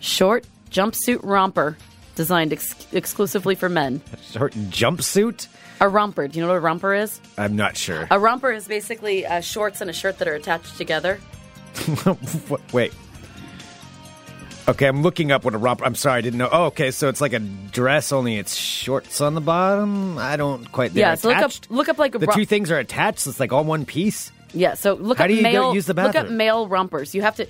S7: short jumpsuit romper designed ex- exclusively for men.
S6: Short jumpsuit?
S7: A romper. Do you know what a romper is?
S6: I'm not sure.
S7: A romper is basically uh, shorts and a shirt that are attached together. Uh.
S6: What- Wait. Okay, I'm looking up what a romper. I'm sorry, I didn't know. Oh, okay, so it's like a dress, only it's shorts on the bottom. I don't quite. they're
S7: Yeah, so look up-
S6: attached?
S7: look up, like, a
S6: the
S7: rom-
S6: two things are attached. So it's like all one piece.
S7: Yeah. So look
S6: How
S7: up
S6: do you go
S7: male.
S6: use the
S7: look up
S6: bathroom?
S7: male rompers. You have to.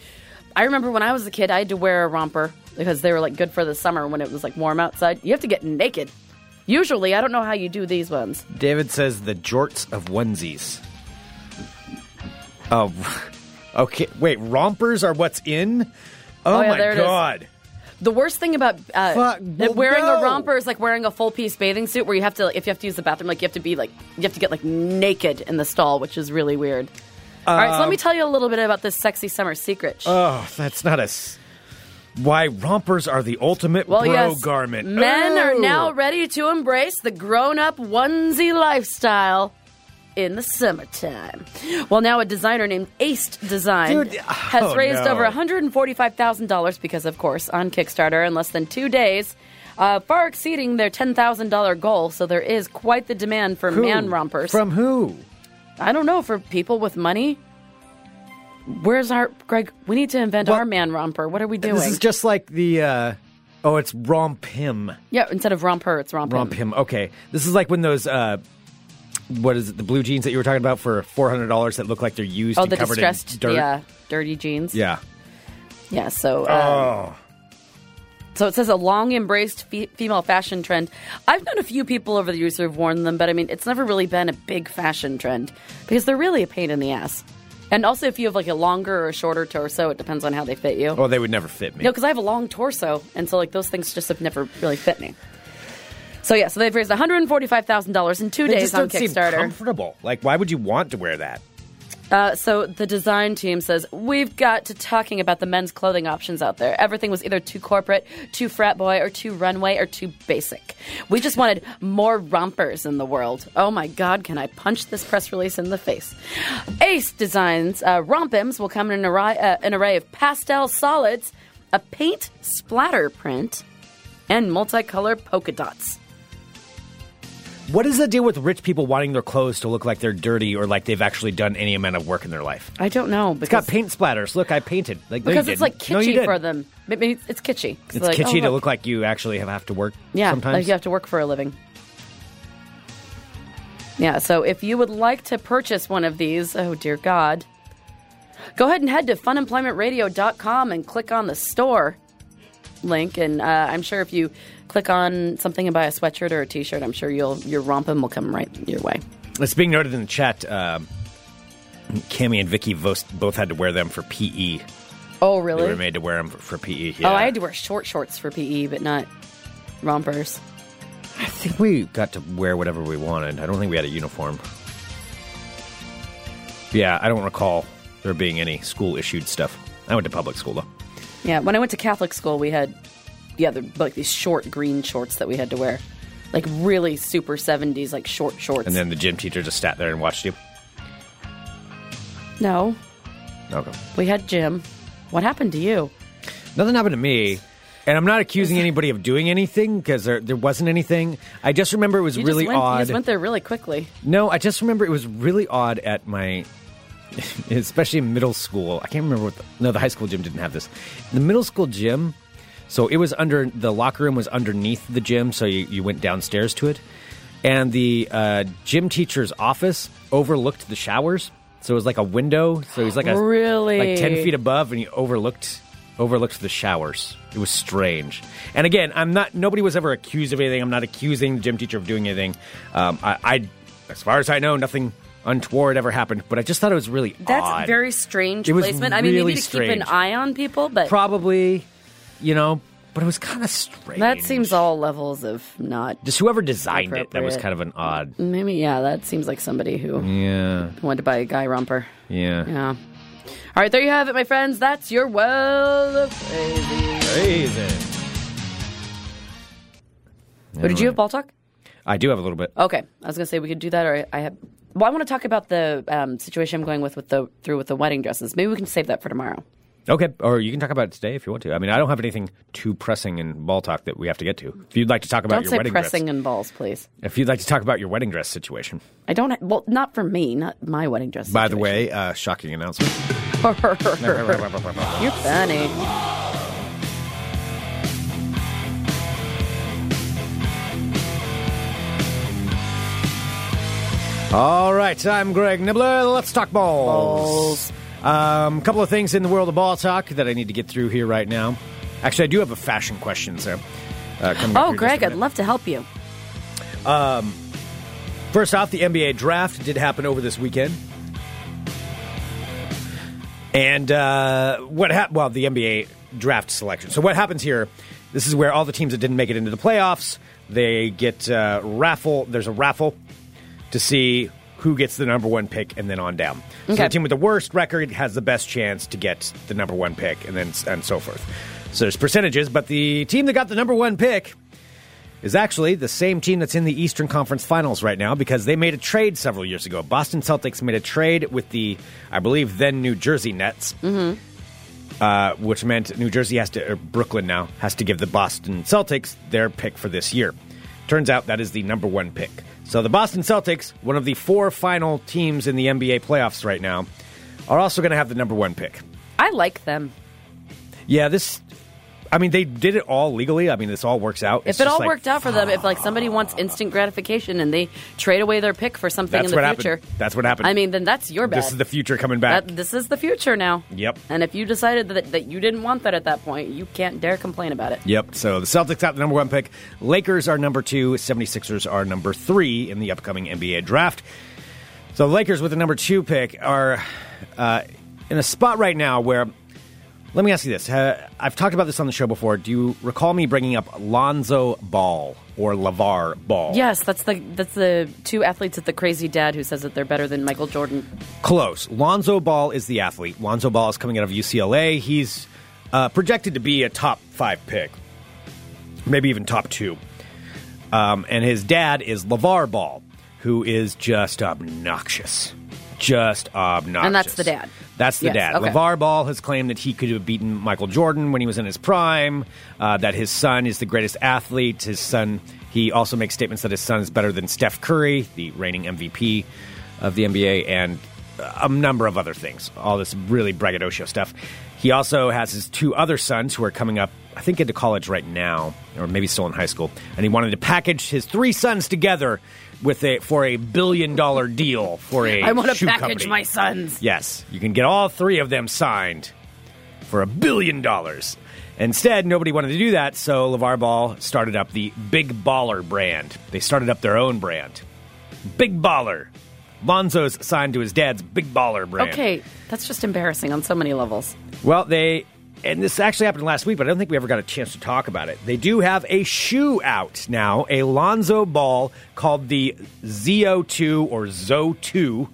S7: I remember when I was a kid, I had to wear a romper because they were like good for the summer when it was like warm outside. You have to get naked. Usually, I don't know how you do these ones.
S6: David says the jorts of onesies. Oh, okay. Wait, rompers are what's in? Oh,
S7: yeah,
S6: my
S7: there it is.
S6: god.
S7: The worst thing about uh,
S6: Fuck, well,
S7: wearing
S6: no.
S7: a romper is like wearing a full piece bathing suit, where you have to, like, if you have to use the bathroom, like you have to be like, you have to get like naked in the stall, which is really weird. All right, so let me tell you a little bit about this sexy summer secret.
S6: Um, Oh, that's not a. S- Why rompers are the ultimate
S7: well,
S6: bro
S7: yes,
S6: garment.
S7: men are
S6: Oh.
S7: now ready to embrace the grown-up onesie lifestyle in the summertime. Well, now a designer named Aced Design
S6: Dude,
S7: has
S6: oh,
S7: raised
S6: no.
S7: over $145,000 because, of course, on Kickstarter in less than two days, uh, far exceeding their $10,000 goal. So there is quite the demand for
S6: Who?
S7: man rompers.
S6: From who?
S7: I don't know, for people with money. Where's our Greg? We need to invent
S6: Well,
S7: our man romper. What are we doing?
S6: This is just like the. Uh, oh, it's romp him.
S7: yeah, instead of romper, it's romp.
S6: Romp him. Okay, this is like when those. Uh, what is it? The blue jeans that you were talking about for four hundred dollars that look like they're used
S7: Oh,
S6: and
S7: the
S6: covered in
S7: distressed,
S6: dirt.
S7: yeah, dirty jeans.
S6: Yeah. Oh.
S7: Yeah, so um, so it says a long embraced fe- female fashion trend. I've known a few people over the years who have worn them, but I mean, it's never really been a big fashion trend because they're really a pain in the ass. And also, if you have like a longer or a shorter torso, it depends on how they fit you.
S6: Well, Oh, they would never fit me.
S7: No, because I have a long torso, and so like those things just have never really fit me. So yeah, so they've raised one hundred and forty-five thousand dollars in two
S6: they
S7: days
S6: just
S7: on
S6: don't seem
S7: Kickstarter.
S6: comfortable. Like, why would you want to wear that?
S7: Uh, so the design team says we've got to talking about the men's clothing options out there. Everything was either too corporate, too frat boy, or too runway, or too basic. We just wanted more rompers in the world. Oh my God, can I punch this press release in the face? Ace Designs uh, rompims will come in an array, uh, an array of pastel solids, a paint splatter print, and multicolor polka dots.
S6: What is the deal with rich people wanting their clothes to look like they're dirty or like they've actually done any amount of work in their life?
S7: I don't know.
S6: It's got paint splatters. Look, I painted. Like, no, you
S7: because it's like
S6: didn't. No, you
S7: kitschy
S6: didn't.
S7: for them. Maybe it's- it's kitschy.
S6: It's
S7: like,
S6: kitschy
S7: oh,
S6: to look like you actually have, have to work
S7: Yeah,
S6: sometimes.
S7: like you have to work for a living. Yeah, so if you would like to purchase one of these, oh dear God, go ahead and head to funemploymentradio.com and click on the store link. And uh, I'm sure if you click on something and buy a sweatshirt or a T-shirt, I'm sure you'll your rompin will come right your way.
S6: It's being noted in the chat. Um, Cammy and Vicky both, both had to wear them for PE.
S7: Oh
S6: They were
S7: really?
S6: made to wear them for, for PE.
S7: Oh, I
S6: yeah.
S7: had to wear short shorts for PE, but not rompers.
S6: I think we got to wear whatever we wanted. I don't think we had a uniform. Yeah, I don't recall there being any school issued stuff. I went to public school though.
S7: Yeah, when I went to Catholic school, we had yeah, the, like these short green shorts that we had to wear, like really super seventies, like short shorts.
S6: And then the gym teacher just sat there and watched you.
S7: no,
S6: Okay.
S7: we had gym. What happened to you?
S6: Nothing happened to me. And I'm not accusing anybody of doing anything because there, there wasn't anything. I just remember it was
S7: You
S6: really
S7: just went,
S6: odd.
S7: You just went there really quickly.
S6: No, I just remember it was really odd at my, especially in middle school. I can't remember what. The, no, the high school gym didn't have this. The middle school gym, so it was under the locker room was underneath the gym, so you, you went downstairs to it, and the uh, gym teacher's office overlooked the showers, so it was like a window. So it was like a
S7: Really?
S6: like ten feet above, and you overlooked overlooked the showers. It was strange. And again, I'm not. Nobody was ever accused of anything. I'm not accusing the gym teacher of doing anything. Um, I, I, as far as I know, nothing untoward ever happened. But I just thought it was really
S7: That's
S6: odd.
S7: very strange
S6: It was
S7: placement. I mean, maybe
S6: really
S7: to keep an
S6: strange.
S7: eye on people, but
S6: probably, you know. But it was kind of strange.
S7: that seems all levels of not.
S6: Just whoever designed it. That was
S7: Appropriate.
S6: kind of an odd.
S7: Maybe yeah, that seems like somebody who
S6: Mm-hmm. Yeah,
S7: wanted to buy a guy romper.
S6: yeah.
S7: Yeah. All right, there you have it, my friends. That's your well of crazy.
S6: Crazy.
S7: Oh, did you have ball talk?
S6: I do have a little bit.
S7: Okay, I was gonna say we could do that, or I, I have. Well, I want to talk about the um, situation I'm going with with the through with the wedding dresses. Maybe we can save that for tomorrow.
S6: Okay, or you can talk about it today if you want to. I mean, I don't have anything too pressing in ball talk that we have to get to. If you'd like to talk about
S7: Don't
S6: your
S7: say
S6: wedding
S7: pressing
S6: dress,
S7: and balls, please.
S6: if you'd like to talk about your wedding dress situation.
S7: I don't. ha- Well, not for me, not my wedding dress.
S6: By the way, uh, shocking announcement.
S7: situation. you're funny.
S6: All right, I'm Greg Nibbler. Let's talk balls. Um, a couple of things in the world of ball talk that I need to get through here right now. Actually, I do have a fashion question, so. Uh, coming up
S7: Oh,
S6: here just a
S7: Greg, I'd
S6: minute.
S7: love to help you.
S6: First off, the NBA draft did happen over this weekend. And uh, what happened? Well, the NBA draft selection. So what happens here? This is where all the teams that didn't make it into the playoffs they get uh, raffle. There's a raffle to see who gets the number one pick, and then on down. So
S7: Okay.
S6: the team with the worst record has the best chance to get the number one pick, and then and so forth. So there's percentages, but the team that got the number one pick is actually the same team that's in the Eastern Conference Finals right now because they made a trade several years ago. Boston Celtics made a trade with the, I believe, then New Jersey Nets,
S7: Mm-hmm.
S6: uh, which meant New Jersey has to, or Brooklyn now, has to give the Boston Celtics their pick for this year. Turns out that is the number one pick. So the Boston Celtics, one of the four final teams in the NBA playoffs right now, are also going to have the number one pick.
S7: I like them.
S6: Yeah, this. I mean, they did it all legally. I mean, this all works out. It's
S7: if it
S6: just
S7: all
S6: like,
S7: worked out for them, if like somebody wants instant gratification and they trade away their pick for something
S6: that's
S7: in the
S6: what
S7: future,
S6: happened. That's what happened.
S7: I mean, then that's your bad.
S6: This is the future coming back.
S7: That, this is the future now.
S6: Yep.
S7: And if you decided that, that you didn't want that at that point, you can't dare complain about it.
S6: yep. So the Celtics have the number one pick. Lakers are number two. 76ers are number three in the upcoming NBA draft. So the Lakers with the number two pick are uh, in a spot right now where, let me ask you this. Uh, I've talked about this on the show before. Do you recall me bringing up Lonzo Ball or LeVar Ball?
S7: Yes, that's the that's the two athletes at the crazy dad who says that they're better than Michael Jordan.
S6: Close. Lonzo Ball is the athlete. Lonzo Ball is coming out of UCLA. He's uh, projected to be a top five pick, maybe even top two. Um, and his dad is LeVar Ball, who is just obnoxious. Just obnoxious.
S7: And that's the dad.
S6: That's the
S7: Yes,
S6: dad.
S7: okay.
S6: LeVar Ball has claimed that he could have beaten Michael Jordan when he was in his prime, uh, that his son is the greatest athlete. His son, he also makes statements that his son is better than Steph Curry, the reigning MVP of the NBA, and a number of other things. All this really braggadocio stuff. He also has his two other sons who are coming up, I think, into college right now, or maybe still in high school. And he wanted to package his three sons together with a for a billion dollar deal for a
S7: I want
S6: shoe
S7: to package
S6: company.
S7: my sons.
S6: Yes, you can get all three of them signed for a billion dollars. Instead, nobody wanted to do that, so LeVar Ball started up the Big Baller brand. They started up their own brand. Big Baller. Lonzo's signed to his dad's Big Baller brand.
S7: Okay, that's just embarrassing on so many levels.
S6: Well, they, and this actually happened last week, but I don't think we ever got a chance to talk about it. They do have a shoe out now, a Lonzo ball called the ZO2 or ZO2.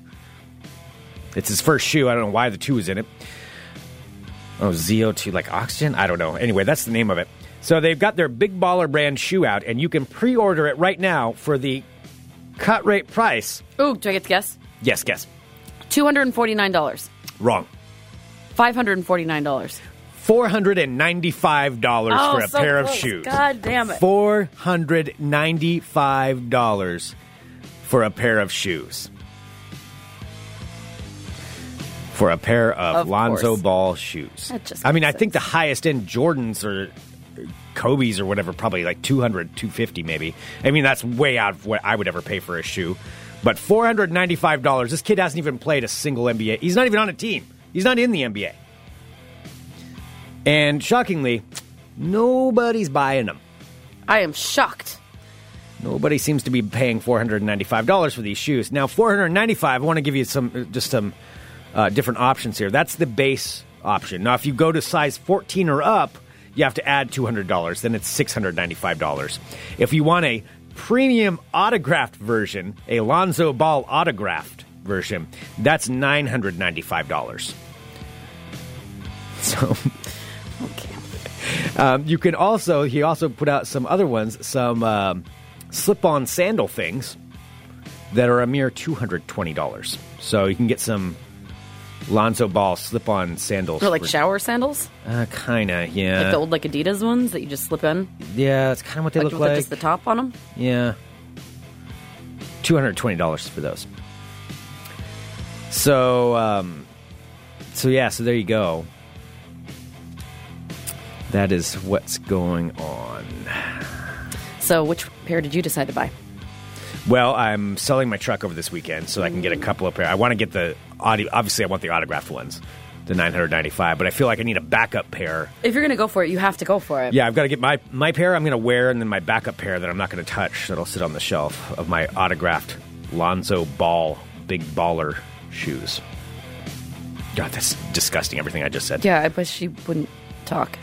S6: It's his first shoe. I don't know why the two is in it. Oh, ZO2, like oxygen? I don't know. Anyway, that's the name of it. So they've got their Big Baller brand shoe out, and you can pre order it right now for the cut rate price.
S7: Ooh, do I get to guess?
S6: Yes, guess.
S7: Two hundred and forty nine dollars.
S6: Wrong.
S7: Five hundred and forty nine dollars.
S6: Four hundred and ninety-five dollars
S7: Oh,
S6: for a
S7: so
S6: pair of
S7: close.
S6: shoes.
S7: God damn it.
S6: Four hundred ninety-five dollars for a pair of shoes. For a pair of,
S7: Of
S6: Lonzo
S7: course.
S6: Ball shoes.
S7: That just
S6: I mean,
S7: makes
S6: I think the
S7: sense.
S6: highest end Jordans or Kobe's or whatever, probably like 200, 250 maybe. I mean, that's way out of what I would ever pay for a shoe. But $495, this kid hasn't even played a single NBA. He's not even on a team. He's not in the NBA. And shockingly, nobody's buying them.
S7: I am shocked.
S6: Nobody seems to be paying four hundred and ninety-five dollars for these shoes. Now, four hundred ninety-five. I want to give you some just some uh, different options here. That's the base option. Now, if you go to size fourteen or up, you have to add two hundred dollars. Then it's six hundred ninety-five dollars. If you want a premium autographed version, a Lonzo Ball autographed version, that's nine hundred ninety-five dollars. So.
S7: Okay.
S6: Um, you can also he also put out some other ones, some um, slip-on sandal things that are a mere two hundred twenty dollars. So you can get some Lonzo Ball slip-on sandals,
S7: Or like
S6: for-
S7: shower sandals,
S6: uh, kind of yeah,
S7: like the old like Adidas ones that you just slip in,
S6: yeah. That's kind of what they
S7: like
S6: Uh. look
S7: with
S6: like.
S7: just the top on them.
S6: Yeah. $220 for those. So, um, so yeah, so there you go. That is what's going on.
S7: So, which pair did you decide to buy?
S6: Well, I'm selling my truck over this weekend so I can get a couple of pair. I want to get the audio, obviously, I want the autographed ones, the 995, but I feel like I need a backup pair.
S7: If you're gonna go for it, you have to go for it.
S6: Yeah, I've got to get my, my pair I'm going to wear and then my backup pair that I'm not going to touch that'll sit on the shelf of my autographed Lonzo Ball Big Baller shoes. God, that's disgusting, everything I just said.
S7: Yeah, I wish she wouldn't talk.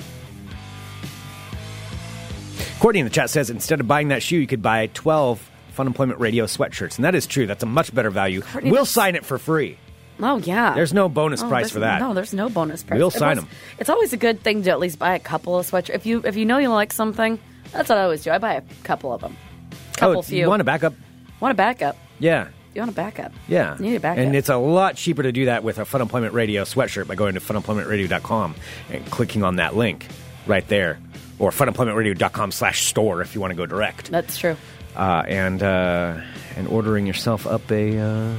S6: Courtney in the chat says instead of buying that shoe, you could buy 12 Fun Employment Radio sweatshirts. And that is true. That's a much better value.
S7: Courtney,
S6: we'll
S7: that's-
S6: sign it for free.
S7: Oh yeah.
S6: There's no bonus
S7: Oh,
S6: price
S7: there's-
S6: for that.
S7: No, there's no bonus price.
S6: We'll
S7: It
S6: sign
S7: was-
S6: 'em.
S7: It's always a good thing to at least buy a couple of sweatshirts. If you if you know you like something, that's what I always do. I buy a couple of them. Couple
S6: oh,
S7: few.
S6: you want a backup?
S7: want a backup?
S6: Yeah.
S7: You want a backup?
S6: Yeah.
S7: You need a backup.
S6: And it's a lot cheaper to do that with a Fun Employment Radio sweatshirt by going to funemploymentradio.com and clicking on that link right there. Or funemploymentradio.com slash store if you want to go direct.
S7: that's true.
S6: Uh, and uh, and ordering yourself up a, uh,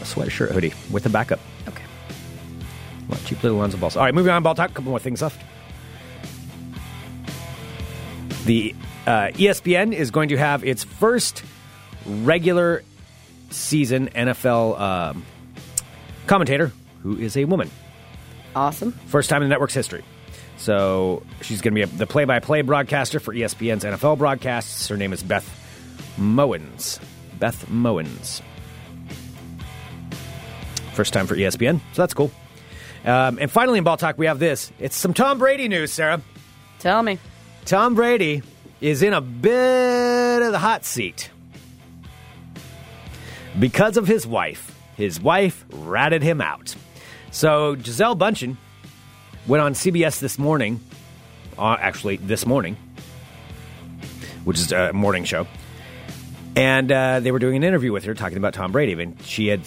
S6: a sweatshirt hoodie with a backup.
S7: Okay.
S6: A lot cheaper than Lonzo Balls. All right, moving on, Ball Talk. A couple more things left. The uh, ESPN is going to have its first regular season NFL um, commentator, who is a woman.
S7: Awesome.
S6: First time in the network's history. So she's going to be a, the play by play broadcaster for E ESPN's NFL broadcasts. Her name is Beth Mowens. Beth Mowens. First time for E ESPN, so that's cool. Um, and finally, in Ball Talk, we have this. It's some Tom Brady news, Sarah.
S7: Tell me.
S6: Tom Brady is in a bit of the hot seat because of his wife. His wife ratted him out. So Giselle Bundchen went on CBS this morning, uh, actually this morning, which is a morning show, and uh, they were doing an interview with her talking about Tom Brady. And she had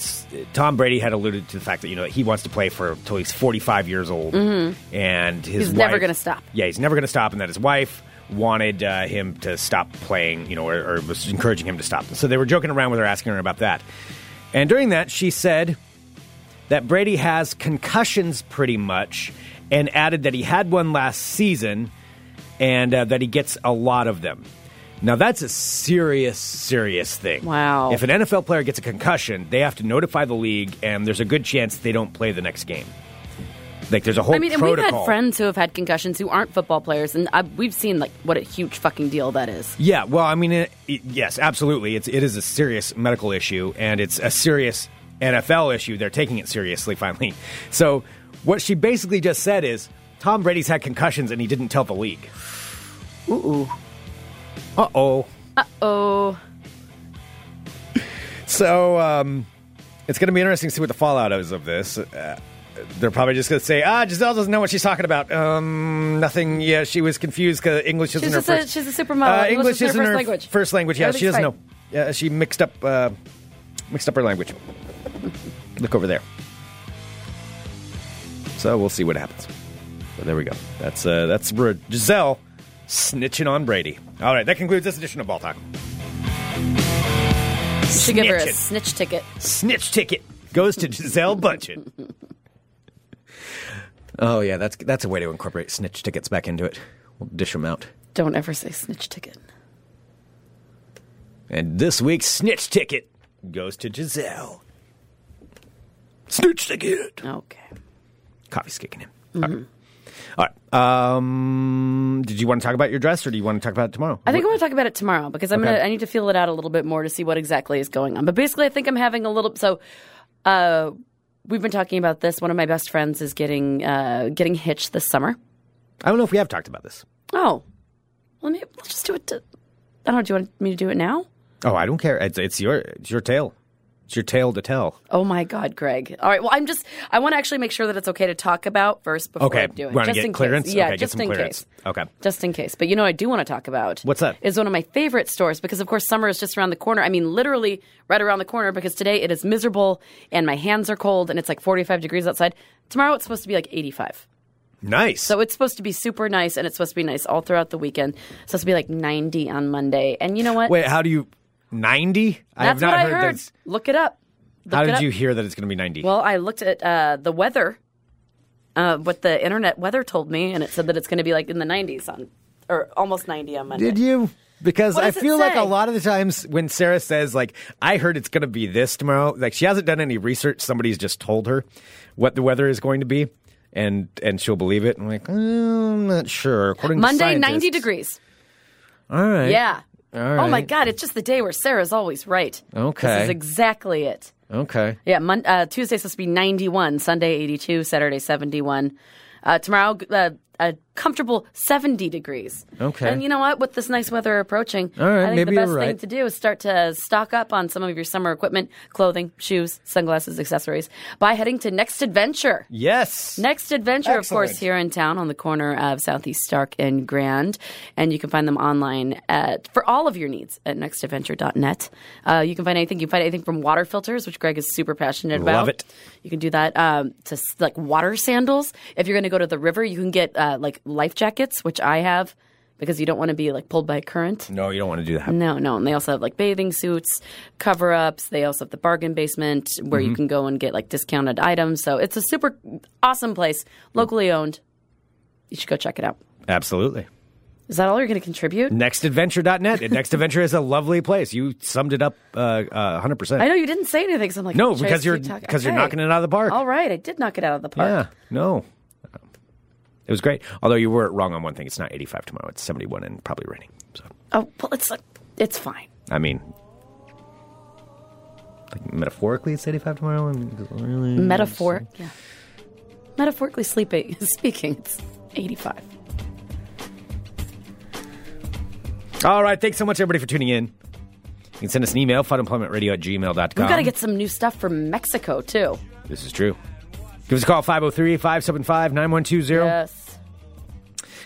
S6: Tom Brady had alluded to the fact that you know he wants to play for till he's forty five years old, and his
S7: Mm-hmm. He's never
S6: wife-
S7: gonna stop.
S6: Yeah, he's never going to stop, and that his wife wanted uh, him to stop playing, you know, or, or was encouraging him to stop. So they were joking around with her, asking her about that. And during that, she said that Brady has concussions pretty much, and added that he had one last season, and uh, that he gets a lot of them. Now that's a serious, serious thing.
S7: Wow.
S6: If an NFL player gets a concussion, they have to notify the league, and there's a good chance they don't play the next game. Like there's a whole
S7: I mean, and
S6: protocol.
S7: we've had friends who have had concussions who aren't football players, and I, we've seen like what a huge fucking deal that is.
S6: Yeah, well, I mean, it, it- yes, absolutely. It's it is a serious medical issue, and it's a serious NFL issue. They're taking it seriously finally. So, what she basically just said is, Tom Brady's had concussions, and he didn't tell the league. Ooh. Uh oh.
S7: Oh,
S6: So, um, it's going to be interesting to see what the fallout is of this. Uh, they're probably just going to say, ah, Giselle doesn't know what she's talking about. Um, nothing. Yeah, she was confused because English isn't
S7: she's
S6: her
S7: just a,
S6: first.
S7: she's a supermodel.
S6: Uh, English
S7: her
S6: isn't
S7: first
S6: her
S7: language.
S6: f- first language. Yeah, she
S7: Everything's
S6: doesn't know.
S7: fine.
S6: Yeah, she mixed up uh, mixed up her language. Look over there. So we'll see what happens. But there we go. That's uh, that's where Giselle snitching on Brady. All right, that concludes this edition of Ball Talk.
S7: You should give her a
S6: Snitching.
S7: snitch ticket.
S6: Snitch ticket goes to Giselle Bundchen. oh yeah, that's that's a way to incorporate snitch tickets back into it. We'll dish them out.
S7: Don't ever say snitch ticket.
S6: And this week's snitch ticket goes to Giselle. Snitch ticket.
S7: Okay.
S6: Coffee's kicking in. All right.
S7: Mm-hmm.
S6: All right. Um, did you want to talk about your dress, or do you want to talk about it tomorrow?
S7: I think I want to talk about it tomorrow because I'm
S6: Okay.
S7: gonna. I need to feel it out a little bit more to see what exactly is going on. But basically, I think I'm having a little. So, uh, we've been talking about this. One of my best friends is getting uh, getting hitched this summer.
S6: I don't know if we have talked about this.
S7: Oh, let me. Let's just do it. To, I don't know. Do you want me to do it now?
S6: Oh, I don't care. It's, it's your it's your tale. It's your tale to tell.
S7: Oh my God, Greg. All right. Well, I'm just. I want to actually make sure that it's okay to talk about first before
S6: Okay.
S7: I do it.
S6: Want to
S7: just
S6: get
S7: in
S6: clearance?
S7: Case. Yeah,
S6: okay,
S7: just
S6: get some
S7: in
S6: clearance.
S7: case.
S6: Okay.
S7: Just in case. But you know, what I do want to talk about.
S6: What's that?
S7: Is one of my favorite stores because, of course, summer is just around the corner. I mean, literally right around the corner because today it is miserable and my hands are cold and it's like 45 degrees outside. Tomorrow it's supposed to be like 85.
S6: Nice.
S7: So it's supposed to be super nice and it's supposed to be nice all throughout the weekend. It's supposed to be like 90 on Monday. And you know what?
S6: wait, how do you ninety? I have
S7: That's
S6: not
S7: what I
S6: heard.
S7: heard.
S6: this.
S7: Look it up.
S6: How
S7: it
S6: did
S7: up.
S6: you hear that it's going to be ninety?
S7: Well, I looked at uh, the weather, uh, what the internet weather told me, and it said that it's going to be like in the 90s on, or almost 90 on Monday.
S6: Did you? Because
S7: What
S6: I
S7: does it
S6: feel like
S7: say?
S6: a lot of the times when Sarah says, like, I heard it's going to be this tomorrow, like, she hasn't done any research. Somebody's just told her what the weather is going to be, and and she'll believe it. I'm like, "Uh, I'm not sure. According to
S7: Monday, 90
S6: scientists."
S7: degrees.
S6: All right.
S7: Yeah.
S6: All
S7: Oh my
S6: right.
S7: God! It's just the day where Sarah's always right.
S6: Okay.
S7: this is exactly it.
S6: Okay.
S7: Yeah, Mon- uh, Tuesday's supposed to be ninety-one, Sunday eighty-two, Saturday seventy-one. Uh, tomorrow, uh, a comfortable seventy degrees.
S6: Okay.
S7: And you know what? With this nice weather approaching,
S6: All right,
S7: I think
S6: maybe
S7: the
S6: you're
S7: best thing
S6: right.
S7: to do is start to stock up on some of your summer equipment, clothing, shoes, sunglasses, accessories by heading to Next Adventure.
S6: Yes.
S7: Next Adventure, of course,
S6: Excellent.
S7: here in town on the corner of Southeast Stark and Grand. And you can find them online at, for all of your needs at nextadventure.net. Uh, you can find anything. You can find anything from water filters, which Greg is super passionate about.
S6: Love it.
S7: You can do that um, to s- like water sandals. If you're going to go to the river, you can get uh, like life jackets, which I have because you don't want to be like pulled by a current.
S6: No, you don't want to do that.
S7: No, no. And they also have like bathing suits, cover ups. They also have the bargain basement where
S6: Mm-hmm.
S7: you can go and get like discounted items. So it's a super awesome place, locally owned. You should go check it out.
S6: Absolutely.
S7: Is that all you're going to contribute?
S6: Nextadventure.net. And Next Adventure is a lovely place. You summed it up uh, uh, 100%.
S7: I know you didn't say anything, so I'm like,
S6: No,
S7: Chase,
S6: because you're
S7: you talk-
S6: because you're
S7: okay.
S6: knocking it out of the park.
S7: All right, I did knock it out of the park.
S6: Yeah, no. It was great. Although you were wrong on one thing. It's not 85 tomorrow. It's 71 and probably raining. So,
S7: Oh well, it's like it's fine.
S6: I mean, Like metaphorically, it's 85 tomorrow. I mean, really,
S7: Metaphor,
S6: Mm,
S7: yeah. Metaphorically sleeping, speaking, it's 85.
S6: All right. Thanks so much, everybody, for tuning in. You can send us an email, funemploymentradio at gmail.com.
S7: We've got to get some new stuff from Mexico, too.
S6: This is true. Give us a call, 503 575 9120.
S7: Yes.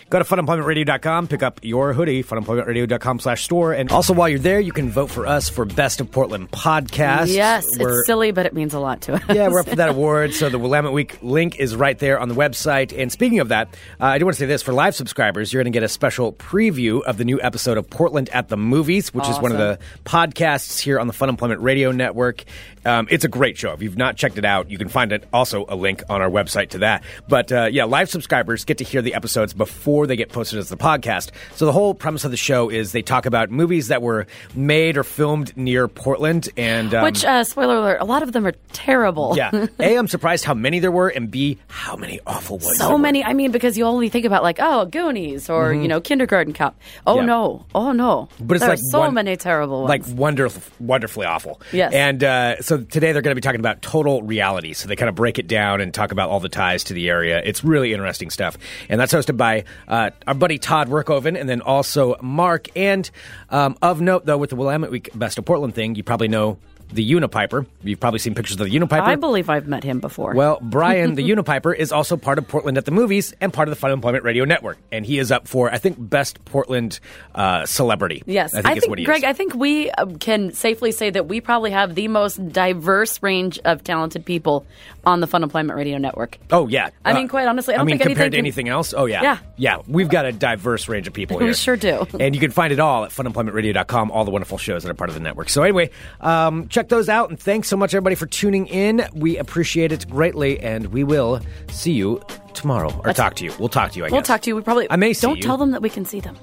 S6: Go to funemploymentradio.com, pick up your hoodie, funemploymentradio.com slash store. And also, while you're there, you can vote for us for Best of Portland Podcast.
S7: Yes,
S6: We're-
S7: it's silly, but it means a lot to us.
S6: Yeah, we're up for that award. So the Willamette Week link is right there on the website. And speaking of that, uh, I do want to say this for live subscribers, you're going to get a special preview of the new episode of Portland at the Movies, which is one of the
S7: Awesome.
S6: podcasts here on the Fun Employment Radio Network. Um, it's a great show. If you've not checked it out, you can find it also a link on our website to that. But uh, yeah, live subscribers get to hear the episodes before they get posted as the podcast. So the whole premise of the show is they talk about movies that were made or filmed near Portland and um,
S7: Which, uh, spoiler alert, a lot of them are terrible.
S6: yeah. A, I'm surprised how many there were, and B, how many awful ones. there
S7: So
S6: were.
S7: many. I mean, because you only think about like, oh, Goonies or you know, Kindergarten Cop. Oh
S6: Mm-hmm. Yeah.
S7: no, oh no.
S6: But it's
S7: there
S6: like
S7: are so
S6: one-
S7: many terrible ones.
S6: Like wonderful, wonderfully awful.
S7: Yes.
S6: And uh, so today they're going to be talking about total reality. So they kind of break it down and talk about all the ties to the area. It's really interesting stuff. And that's hosted by uh, our buddy Todd Workoven and then also Mark. And um, of note, though, with the Willamette Week Best of Portland thing, you probably know the Unipiper. You've probably seen pictures of the Unipiper.
S7: I believe I've met him before.
S6: Well, Brian the Unipiper is also part of Portland at the Movies and part of the Fun Employment Radio Network, and he is up for I think Best Portland uh, Celebrity.
S7: yes,
S6: I think, is what he
S7: Greg,
S6: is.
S7: I think we um, can safely say that we probably have the most diverse range of talented people on the Fun Employment Radio Network.
S6: oh yeah.
S7: I mean, quite honestly, I don't
S6: mean,
S7: think
S6: compared to
S7: anything
S6: anything
S7: can-
S6: else. Oh yeah.
S7: Yeah.
S6: Yeah. We've got a diverse range of people here.
S7: We sure do.
S6: and you can find it all at funemploymentradio.com, all the wonderful shows that are part of the network. So anyway, um, check those out, and thanks so much everybody for tuning in. We appreciate it greatly, and we will see you tomorrow or talk to you. We'll talk to you. I
S7: We'll
S6: guess.
S7: talk to you. We probably
S6: I may see
S7: don't
S6: you.
S7: tell them that we can see them.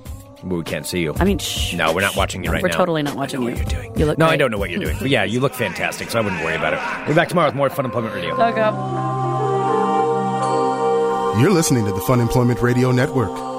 S6: Well, We can't see you.
S7: I mean, shh.
S6: No, we're not watching you right
S7: We're
S6: now.
S7: totally not
S6: I
S7: watching
S6: know
S7: you.
S6: what you're doing.
S7: You look
S6: no, I
S7: great.
S6: don't know what you're doing. But yeah, you look fantastic, so I wouldn't worry about it. We're back tomorrow with more Fun Employment Radio.
S7: Look up.
S1: You're listening to the Fun Employment Radio Network.